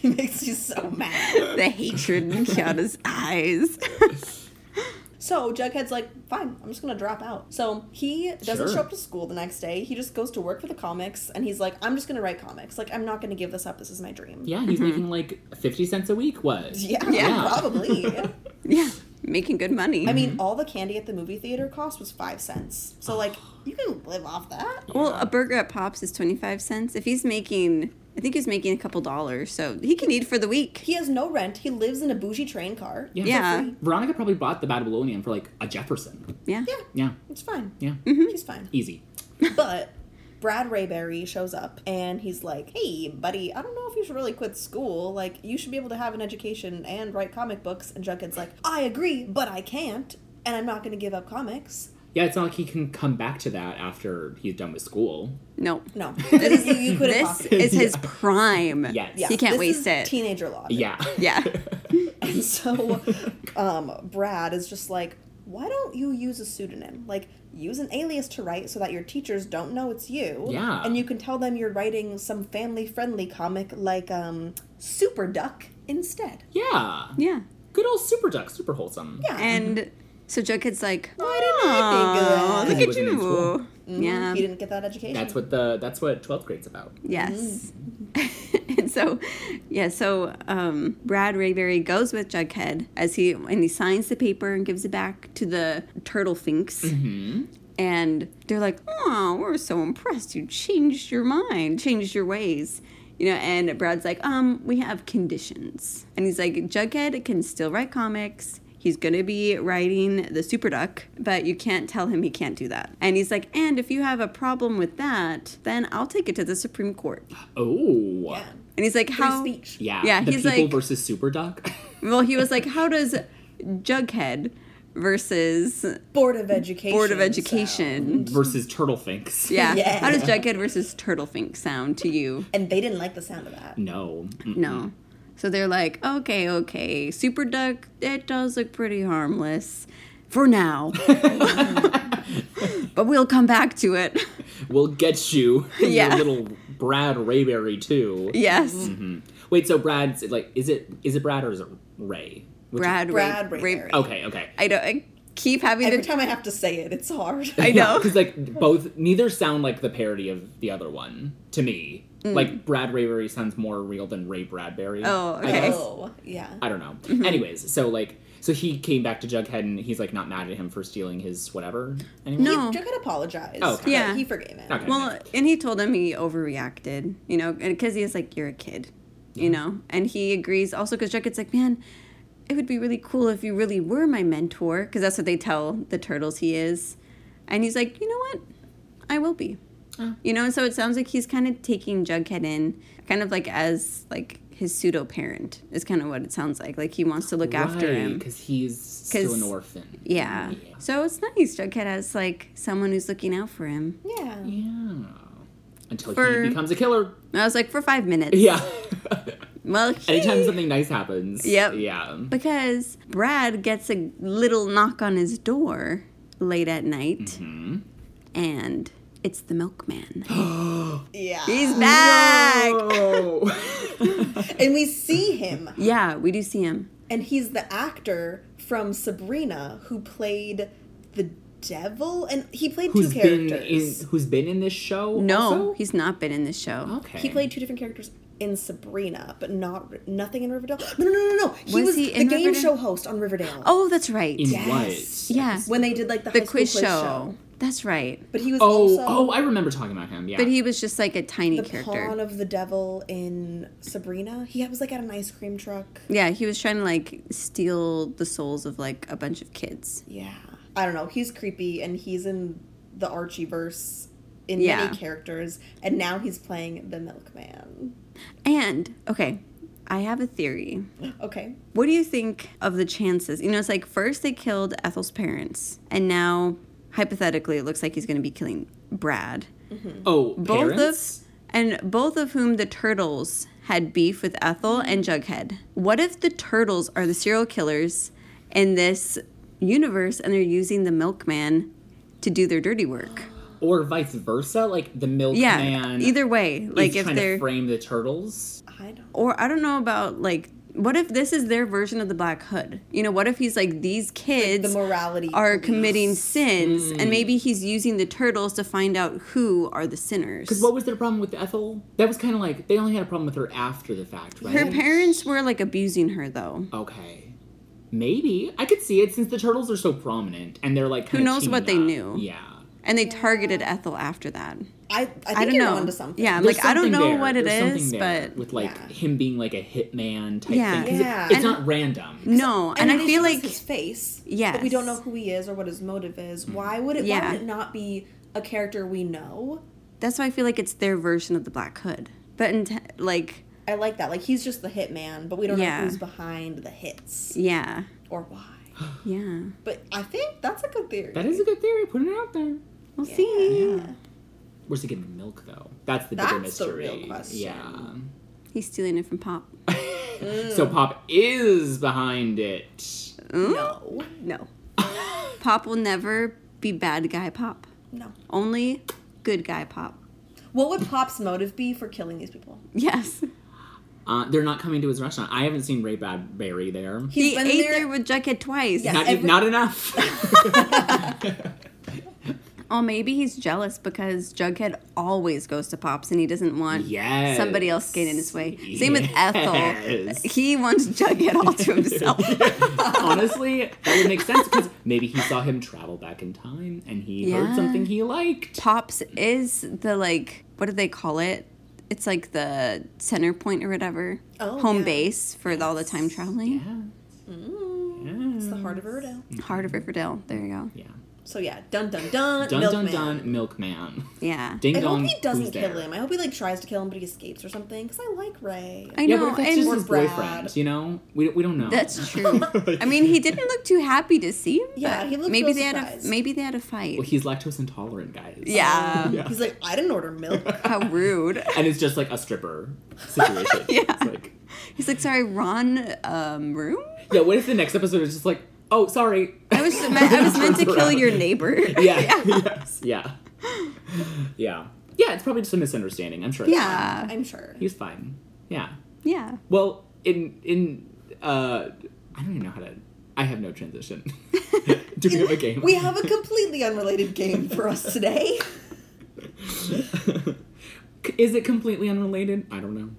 S3: He makes you so mad.
S1: The hatred
S2: *laughs*
S1: in Kiana's eyes.
S3: So Jughead's like, fine, I'm just gonna drop out. So he
S2: Sure.
S3: doesn't show up to school the next day. He just goes to work for the comics and he's like, I'm just gonna write comics. Like, I'm not gonna give this up. This is my dream.
S2: Yeah, he's making like 50 cents a week, what?
S3: Yeah,
S2: *laughs* Yeah.
S3: *laughs* probably.
S2: *laughs*
S1: yeah. Making good money.
S3: I mean, all the candy at the movie theater cost was five cents.
S2: *sighs*
S3: So like, you can live off that.
S1: well, a burger at Pops is twenty five cents. If he's making I think he's making a couple dollars, so he can eat for the week.
S3: He has no rent. He lives in a bougie train car.
S2: Yeah.
S1: Yeah.
S2: Veronica probably bought the Babylonian for like a Jefferson.
S1: Yeah.
S3: Yeah,
S2: Yeah,
S3: it's fine.
S2: yeah.
S1: Mm.
S3: He's fine.
S2: Easy.
S3: But Brad Rayberry shows up and he's like, "Hey, buddy, I don't know if you should really quit school. Like, you should be able to have an education and write comic books." And Jughead's like, "I agree, but I can't, and I'm not going to give up comics."
S2: Yeah, it's not like he can come back to that after he's done with school.
S1: No. *laughs*
S3: No, this is, you couldn't
S1: This
S3: possibly.
S1: is his prime.
S2: Yes.
S1: He can't
S3: this
S1: waste
S3: is
S1: it.
S3: Teenager law.
S2: Yeah.
S1: *laughs* yeah.
S3: And *laughs* so, um, Brad is just like, "Why don't you use a pseudonym? Like, use an alias to write so that your teachers don't know it's you.
S2: Yeah.
S3: and you can tell them you're writing some family-friendly comic like um, Super Duck instead."
S2: *laughs* Yeah.
S1: Yeah.
S2: Good old Super Duck, super wholesome.
S3: Yeah.
S1: And So Jughead's like,
S3: Why didn't I
S1: oh,
S3: think of that?
S1: look
S2: He
S1: at
S2: wasn't in
S1: you.
S2: school.
S1: Yeah.
S3: Mm-hmm. He didn't get that education.
S2: That's what the that's what twelfth grade's about.
S3: Mm-hmm.
S1: Yes. *laughs* and so, yeah, so um, Brad Rayberry goes with Jughead as he and he signs the paper and gives it back to the turtle
S2: Mm-hmm.
S1: finks. And they're like, "Oh, we're so impressed! You changed your mind, changed your ways." You know, and Brad's like, um, we have conditions. And he's like, Jughead can still write comics. He's gonna be writing the Super Duck, but you can't tell him he can't do that. And he's like, and if you have a problem with that, then I'll take it to the Supreme Court.
S2: Oh.
S3: Yeah.
S1: And he's like,
S3: Free
S1: how?
S3: speech.
S2: Yeah.
S1: Yeah,
S2: the
S1: he's
S2: people
S1: like-
S2: versus Super Duck. *laughs*
S1: Well, he was like, how does Jughead versus
S3: Board of Education.
S1: Board of
S3: so-
S1: Education?
S2: versus Turtle Finks.
S1: Yeah.
S3: Yeah.
S1: How does Jughead versus Turtlefink sound to you?
S3: And they didn't like the sound of that.
S2: No. Mm.
S1: No. So they're like, okay, okay, Super Duck, it does look pretty harmless for now. but we'll come back to it.
S2: We'll get you. *laughs* and
S1: Yeah.
S2: Your little Brad Rayberry too.
S1: Yes.
S2: Wait, so Brad's like is it is it Brad or is it Ray? Which-
S1: Brad,
S3: Brad
S1: Ray-
S3: Rayberry.
S1: Ray-
S2: Okay, okay.
S1: I don't I keep having
S3: Every
S1: to
S3: time I have to say it, it's hard. *laughs*
S1: I
S2: *laughs*
S1: know.
S2: Because like both neither sound like the parody of the other one to me. Like Brad Rayberry sounds more real than Ray Bradbury.
S1: Mm. Oh,
S2: I
S1: okay. Mm-hmm.
S2: guess.
S3: Oh, yeah.
S2: I don't know. Anyways, so like, so he came back to Jughead and he's like not mad at him for stealing his whatever. Anyway.
S1: No.
S3: Jughead apologized.
S2: Oh, okay.
S3: but
S1: Yeah.
S3: He forgave him.
S2: Okay.
S1: Well, and he told him he overreacted, you know, because he was like, "You're a kid," you know, and he agrees. Also, because Jughead's like, "Man, it would be really cool if you really were my mentor," because that's what they tell the turtles he is, and he's like, "You know what? I will be," you know. And so it sounds like he's kind of taking Jughead in, kind of like as like his pseudo parent is kind of what it sounds like. Like he wants to look after him.
S2: because he's still
S1: 'Cause-
S2: an orphan.
S1: Yeah. So it's nice. Jughead has like someone who's looking out for him.
S3: Yeah.
S2: Yeah. Until
S1: For-
S2: he becomes a killer.
S1: And I was like, for five minutes. *laughs*
S2: Yeah.
S1: Well, he-
S2: Anytime something nice happens.
S1: Yep.
S2: Yeah.
S1: Because Brad gets a little knock on his door late at night,
S3: Mm-hmm.
S1: and it's the
S3: *gasps*
S1: milkman.
S3: Yeah.
S1: He's back!
S2: *laughs* Oh.
S3: and we see him,
S1: Yeah, we do see him.
S3: and he's the actor from Sabrina who played the devil, and he played
S2: who's
S3: two
S2: been
S3: characters.
S2: in? Who's been in this show?
S1: No,
S2: also?
S1: he's not been in this show.
S2: Okay.
S3: He played two different characters in Sabrina, but not nothing in Riverdale. No, no, no, no, no. He was,
S1: Was he
S3: the
S1: in
S3: game
S1: Riverdale?
S3: show host on Riverdale.
S1: Oh, that's right.
S2: in
S3: Yes.
S2: what?
S1: Yeah,
S3: when they did like the,
S1: the
S3: high school
S1: quiz show.
S3: show.
S1: That's right.
S3: But he was
S2: Oh,
S3: also
S2: oh, I remember talking about him. Yeah.
S1: But he was just like a tiny
S3: the
S1: character.
S3: pawn of the devil in Sabrina. He was like at an ice cream truck.
S1: Yeah, he was trying to like steal the souls of like a bunch of kids.
S3: Yeah. I don't know. He's creepy and he's in the Archieverse in
S1: Yeah.
S3: many characters and now he's playing the milkman.
S1: And, okay, I have a theory.
S3: Okay.
S1: What do you think of the chances? You know, it's like first they killed Ethel's parents, and now hypothetically it looks like he's going to be killing Brad.
S2: oh,
S1: Both
S2: parents?
S1: of and both of whom the turtles had beef with Ethel and Jughead. What if the turtles are the serial killers in this universe and they're using the milkman to do their dirty work?
S2: or vice versa, like the milkman.
S1: Yeah. either way, like if
S2: trying to
S1: they're
S2: frame the turtles.
S3: I don't
S1: or I don't know about like what if this is their version of the Black Hood? You know, what if he's like these kids
S3: the morality
S1: are
S3: police.
S1: committing sins, and maybe he's using the turtles to find out who are the sinners.
S2: Because what was their problem with Ethel? That was kind of like they only had a problem with her after the fact, right?
S1: her parents were like abusing her, though.
S2: Okay, maybe I could see it since the turtles are so prominent and they're like.
S1: Who
S2: kinda
S1: knows
S2: teaming
S1: what they
S2: up.
S1: knew?
S2: Yeah.
S1: And they targeted Ethel after that.
S3: I I think
S1: I don't
S3: you're
S1: know.
S3: onto something.
S1: Yeah, I'm
S2: There's
S1: like I don't
S2: something
S1: know
S2: there.
S1: what it is,
S2: There's something there
S1: but
S2: with like
S3: Yeah.
S2: him being like a hitman type
S1: Yeah.
S2: thing, 'cause it-
S3: Yeah.
S2: it's
S3: And-
S2: not random.
S1: no, and,
S3: they
S1: I feel
S3: show us
S1: like
S3: his face. But we
S1: Yes.
S3: don't know who he is or what his motive is. Why would it why
S1: Yeah.
S3: would it not be a character we know?
S1: that's why I feel like it's their version of the Black Hood. But in t- like,
S3: I like that. Like he's just the hitman, but we don't
S1: Yeah.
S3: know who's behind the hits
S1: yeah,
S3: or why.
S1: yeah,
S3: But I think that's a good theory.
S2: That is a good theory. Put it out there.
S1: we'll
S3: Yeah.
S1: see.
S2: Where's he getting the milk though? That's the bigger
S3: That's the
S2: mystery.
S3: real question.
S2: Yeah. *laughs*
S1: He's stealing it from Pop.
S2: So Pop is
S1: *laughs*
S2: behind it.
S1: Mm?
S3: No.
S1: No, Pop will never be bad guy Pop.
S3: No.
S1: Only good guy Pop.
S3: What would Pop's motive be for killing these people?
S1: Yes.
S2: Uh, they're not coming to his restaurant. I haven't seen Ray Bradbury there.
S1: He
S3: He's been
S1: ate
S3: there-
S1: there, with Jughead twice.
S3: Yeah.
S2: not, e,
S3: every-
S1: *laughs*
S2: not enough. *laughs*
S1: Oh, maybe he's jealous because Jughead always goes to Pops and he doesn't want
S2: Yes.
S1: somebody else getting in his way. Same with Ethel.
S2: Yes.
S1: He wants Jughead all to
S2: *laughs*
S1: himself.
S2: Honestly, that would make sense because maybe he saw him travel back in time and he heard
S1: Yeah.
S2: something he liked.
S1: Pops is the like what do they call it? It's like the center point or whatever.
S3: Oh,
S1: Home
S3: yeah.
S1: base for all the time traveling.
S2: Yeah.
S3: Mm, It's the heart of Riverdale.
S2: Mm.
S1: Heart of Riverdale. There you go.
S2: Yeah.
S3: So yeah, dun dun dun,
S2: Dun
S3: milkman.
S2: dun dun, milkman.
S1: Yeah.
S2: Ding
S3: I
S2: dong.
S3: hope he doesn't
S2: who's
S3: kill
S2: there?
S3: him. I hope he like tries to kill him, but he escapes or something. Because I like Ray.
S1: I
S2: Yeah,
S1: know.
S2: but if that's
S1: and
S2: just
S3: Or
S2: his
S3: Brad.
S2: boyfriend, you know, we, we don't know. *laughs*
S1: that's true. I mean, he didn't look too happy to see him.
S3: Yeah,
S1: but
S3: he looked
S1: maybe
S3: real
S1: they had
S3: surprised.
S1: a maybe they had a fight.
S2: Well, he's lactose intolerant, guys.
S1: yeah.
S2: Yeah.
S3: He's like, I didn't
S2: *laughs*
S3: order milk.
S1: How rude.
S2: And it's just like a stripper situation.
S1: *laughs* Yeah.
S2: It's like,
S1: He's like, sorry, Ron um,
S3: *laughs*
S1: Room?
S2: yeah, what if the next episode is just like, oh, sorry.
S1: I was, meant, I was meant
S2: *laughs*
S1: to kill your
S3: *laughs*
S1: neighbor.
S2: Yeah. Yes. Yeah. Yeah. Yeah, it's probably just a misunderstanding. I'm sure. it's fine.
S1: *laughs* Yeah.
S3: I'm sure.
S2: He's fine. Yeah.
S1: Yeah.
S2: Well, in in uh I don't even know how to I have no transition. *laughs* Do we have a game?
S3: We have a completely unrelated game for us today.
S2: *laughs* Is it completely unrelated? I don't know.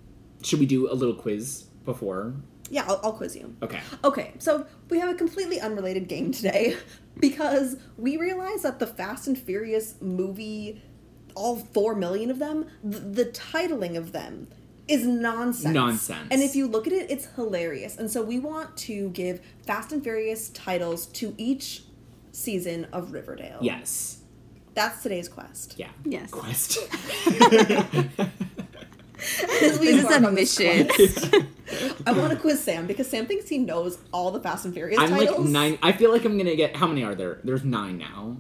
S2: Should we do a little quiz before?
S3: Yeah, I'll, I'll quiz you.
S2: Okay.
S3: Okay, so we have a completely unrelated game today *laughs* because we realized that the Fast and Furious movie, all four million of them, th- the titling of them is nonsense.
S2: Nonsense.
S3: And if you look at it, it's hilarious. And so we want to give Fast and Furious titles to each season of Riverdale.
S2: Yes.
S3: That's today's quest.
S2: Yeah.
S1: Yes.
S2: Quest. *laughs*
S3: As we
S1: This is
S3: embark
S1: a
S3: on *laughs* this
S1: mission.
S3: quest, I want to quiz Sam because Sam thinks he knows all the Fast and Furious
S2: I'm
S3: titles.
S2: like nine. I feel like I'm gonna get. How many are there? There's nine now.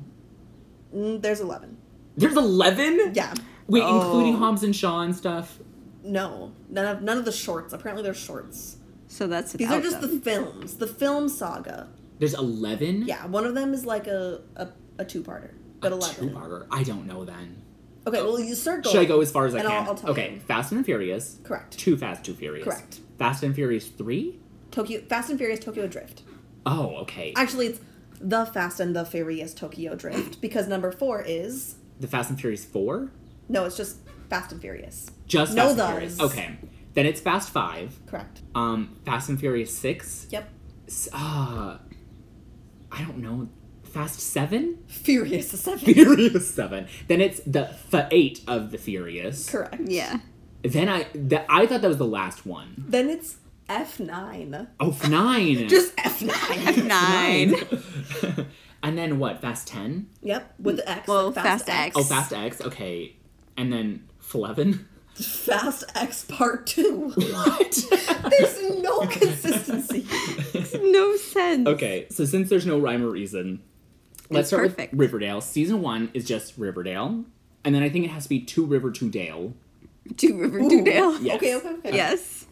S3: Mm, there's 11.
S2: There's eleven.
S3: Yeah.
S2: Wait,
S1: Oh.
S2: including Hobbs and Shaw and stuff.
S3: No, none of none of the shorts. Apparently, they're shorts.
S1: *laughs* So that's
S3: These
S1: without
S3: are just
S1: them.
S3: the films, the film saga.
S2: There's eleven.
S3: Yeah, one of them is like a a, a two parter, but
S2: A
S3: eleven.
S2: two-parter. I don't know then.
S3: Okay, well you start going.
S2: Should I go as far as I
S3: And
S2: can?
S3: I'll- I'll tell
S2: okay,
S3: you.
S2: Fast and Furious.
S3: Correct.
S2: Too Fast, Too Furious.
S3: Correct.
S2: Fast and Furious 3?
S3: Tokyo Fast and Furious Tokyo Drift.
S2: Oh, okay.
S3: Actually, it's the Fast and the Furious Tokyo Drift because number four is
S2: the Fast and Furious 4?
S3: no, it's just Fast and Furious.
S2: Just
S3: No,
S2: Fast and Furious.
S3: those.
S2: Okay. Then it's Fast 5.
S3: Correct.
S2: Um, Fast and Furious 6.
S3: Yep.
S2: S- Uh, I don't know. Fast 7?
S3: Furious is seven.
S2: *laughs* Furious 7. Then it's the f- 8 of the Furious.
S3: Correct. *laughs*
S1: Yeah.
S2: Then I th- I thought that was the last one.
S3: Then it's F nine.
S2: Oh, f-
S1: *laughs*
S2: 9.
S3: Just F nine.
S1: Nine.
S2: *laughs* and then what? Fast 10?
S3: yep. With the X.
S1: Well,
S3: like
S1: Fast X.
S2: Oh, Fast X. Okay. And then
S1: *laughs*
S2: 11?
S3: Fast X Part Two.
S2: What?
S3: There's no consistency.
S1: *laughs* No sense.
S2: *laughs* okay, so since there's no rhyme or reason, let's
S1: It's
S2: start
S1: perfect.
S2: with Riverdale. Season one is just Riverdale, and then I think it has to be Two River Two Dale.
S1: Two River,
S3: Ooh.
S1: Two Dale.
S2: Yes.
S3: Okay, okay,
S1: *laughs*
S3: okay.
S1: Yes.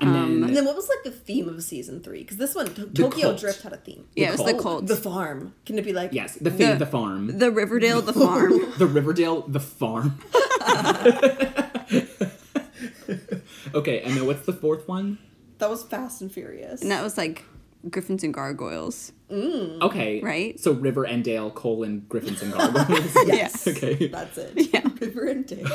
S2: And
S3: And
S1: Um,
S2: then
S3: then what was like the theme of season three? Because this one, To-
S2: The
S3: Tokyo
S2: cult.
S3: Drift, had a theme.
S1: Yeah, it was the
S2: cult.
S1: cult.
S3: The farm. Can it be like
S2: yes, the thing,
S1: The-
S2: the farm,
S1: The Riverdale, the
S3: *laughs*
S1: farm.
S2: the Riverdale,
S1: *laughs*
S2: the farm. *laughs* okay, and then what's the fourth one?
S3: that was Fast and Furious?
S1: and that was like Griffins and Gargoyles.
S2: Okay,
S1: Right.
S2: So River and Dale, Cole and Griffins and
S1: *laughs*
S2: Gargoyles.
S3: Yes.
S2: Okay.
S3: That's
S2: *laughs*
S3: it.
S1: Yeah.
S3: River and Dale.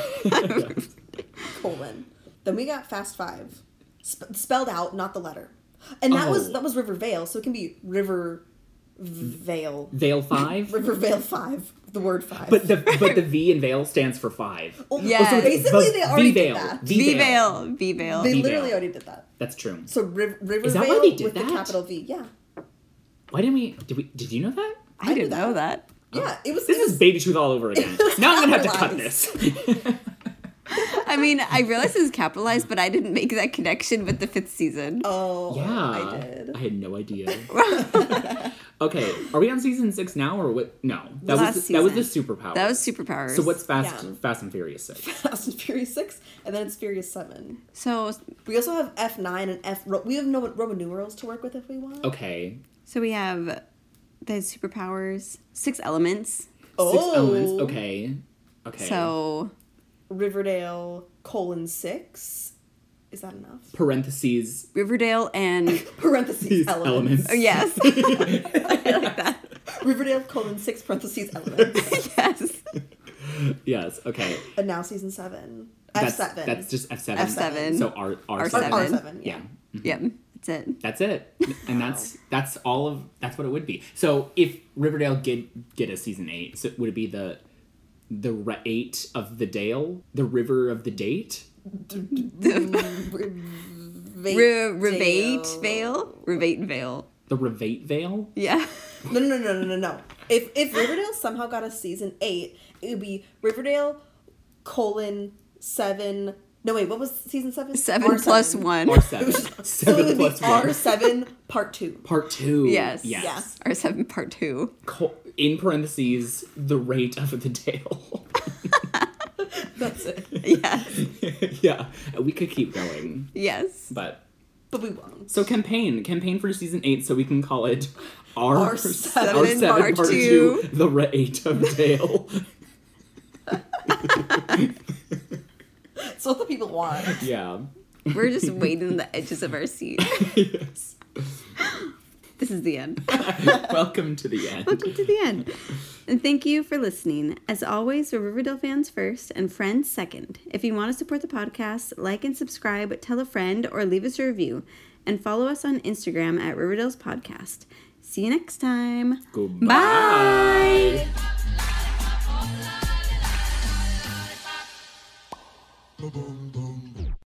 S3: *laughs* colon. Then we got Fast Five, sp- spelled out, not the letter. And that was
S2: Oh.
S3: that was River Vale, so it can be River Vale.
S2: Vale five.
S3: River Vale Five. The word five.
S2: But the but the V in Vale stands for five.
S3: Oh,
S1: Yeah.
S3: so basically they already did that.
S1: V-Vale. V-Vale.
S3: They
S2: Vale.
S3: literally already did that.
S2: That's true.
S3: So Riv- River
S2: Is that why
S3: Vale
S2: they did
S3: with
S2: that?
S3: the capital V. Yeah.
S2: Why didn't we? Did we? Did you know that?
S1: I didn't know that.
S3: Yeah, it was.
S2: Oh. This
S3: it was
S2: is baby tooth all over again. now I'm gonna have to cut this.
S1: I mean, I realized it was capitalized, but I didn't make that connection with the fifth season.
S3: Oh,
S2: yeah,
S3: I did.
S2: I
S3: *laughs*
S2: had no idea. okay, are we on season six now or what? No, that
S1: Last
S2: was that was the
S1: season.
S2: superpower.
S1: That was superpowers.
S2: so. What's fast?
S3: Yeah.
S2: Fast and Furious six.
S3: Fast and Furious Six, and then it's Furious Seven.
S1: so?
S3: We also have F nine and F. We have no Roman numerals to work with if we
S2: Oh.
S3: want.
S2: Okay,
S1: So we have the superpowers, six elements.
S2: six
S3: Oh.
S2: elements. Okay, okay.
S1: So
S3: Riverdale colon six, Is that enough? *laughs*
S2: Parentheses.
S1: Riverdale
S2: *laughs*
S1: and
S3: Parentheses
S2: These elements.
S3: elements.
S1: oh, yes, *laughs* I like that.
S3: *laughs* Riverdale colon six parentheses elements.
S2: *laughs*
S1: Yes,
S2: Mm-hmm. Yes. Okay.
S3: and now season seven. F
S2: That's,
S3: seven.
S2: That's just F seven.
S1: F seven.
S2: So R R
S3: Or
S1: seven.
S2: seven.
S3: R seven. Yeah.
S2: Yeah.
S1: Yep, that's it.
S2: That's it. And that's that's all of that's what it would be. So if Riverdale get get a season eight, so would it be the the re- eight of the Dale, the river of the date?
S1: Re- Revate Vale, Revate Vale.
S2: The Revate Vale?
S1: Yeah, *laughs*
S3: No, no, no, no, no, no. If if Riverdale somehow got a season eight, it would be Riverdale colon seven. No, wait. What was season seven?
S1: seven plus one. *laughs*
S2: Or seven.
S3: So it
S2: seven
S3: would
S2: plus
S3: be R
S2: one.
S3: seven part two.
S2: Part two.
S1: Yes.
S2: Yes.
S3: Yeah.
S1: R seven part two.
S2: Co- in parentheses, the rate of the Dale. *laughs*
S3: That's it.
S1: Yes,
S2: yeah. We could keep going.
S1: yes.
S2: But
S3: But we won't.
S2: so campaign. Campaign for season eight so we can call it R,
S3: R7
S1: Part
S2: part
S1: Two.
S2: two, the rate of Dale.
S3: It's what the people want.
S2: Yeah.
S1: We're just waiting on the edges of our
S2: *laughs*
S1: seat.
S2: yes.
S1: This is the end.
S2: Welcome to the end.
S1: Welcome to the end. And thank you for listening. As always, we're Riverdale fans first and friends second. If you want to support the podcast, like and subscribe, tell a friend, or leave us a review. And follow us on Instagram at Riverdale's Podcast. See you next time.
S2: Goodbye.
S1: Bye.
S4: boom boom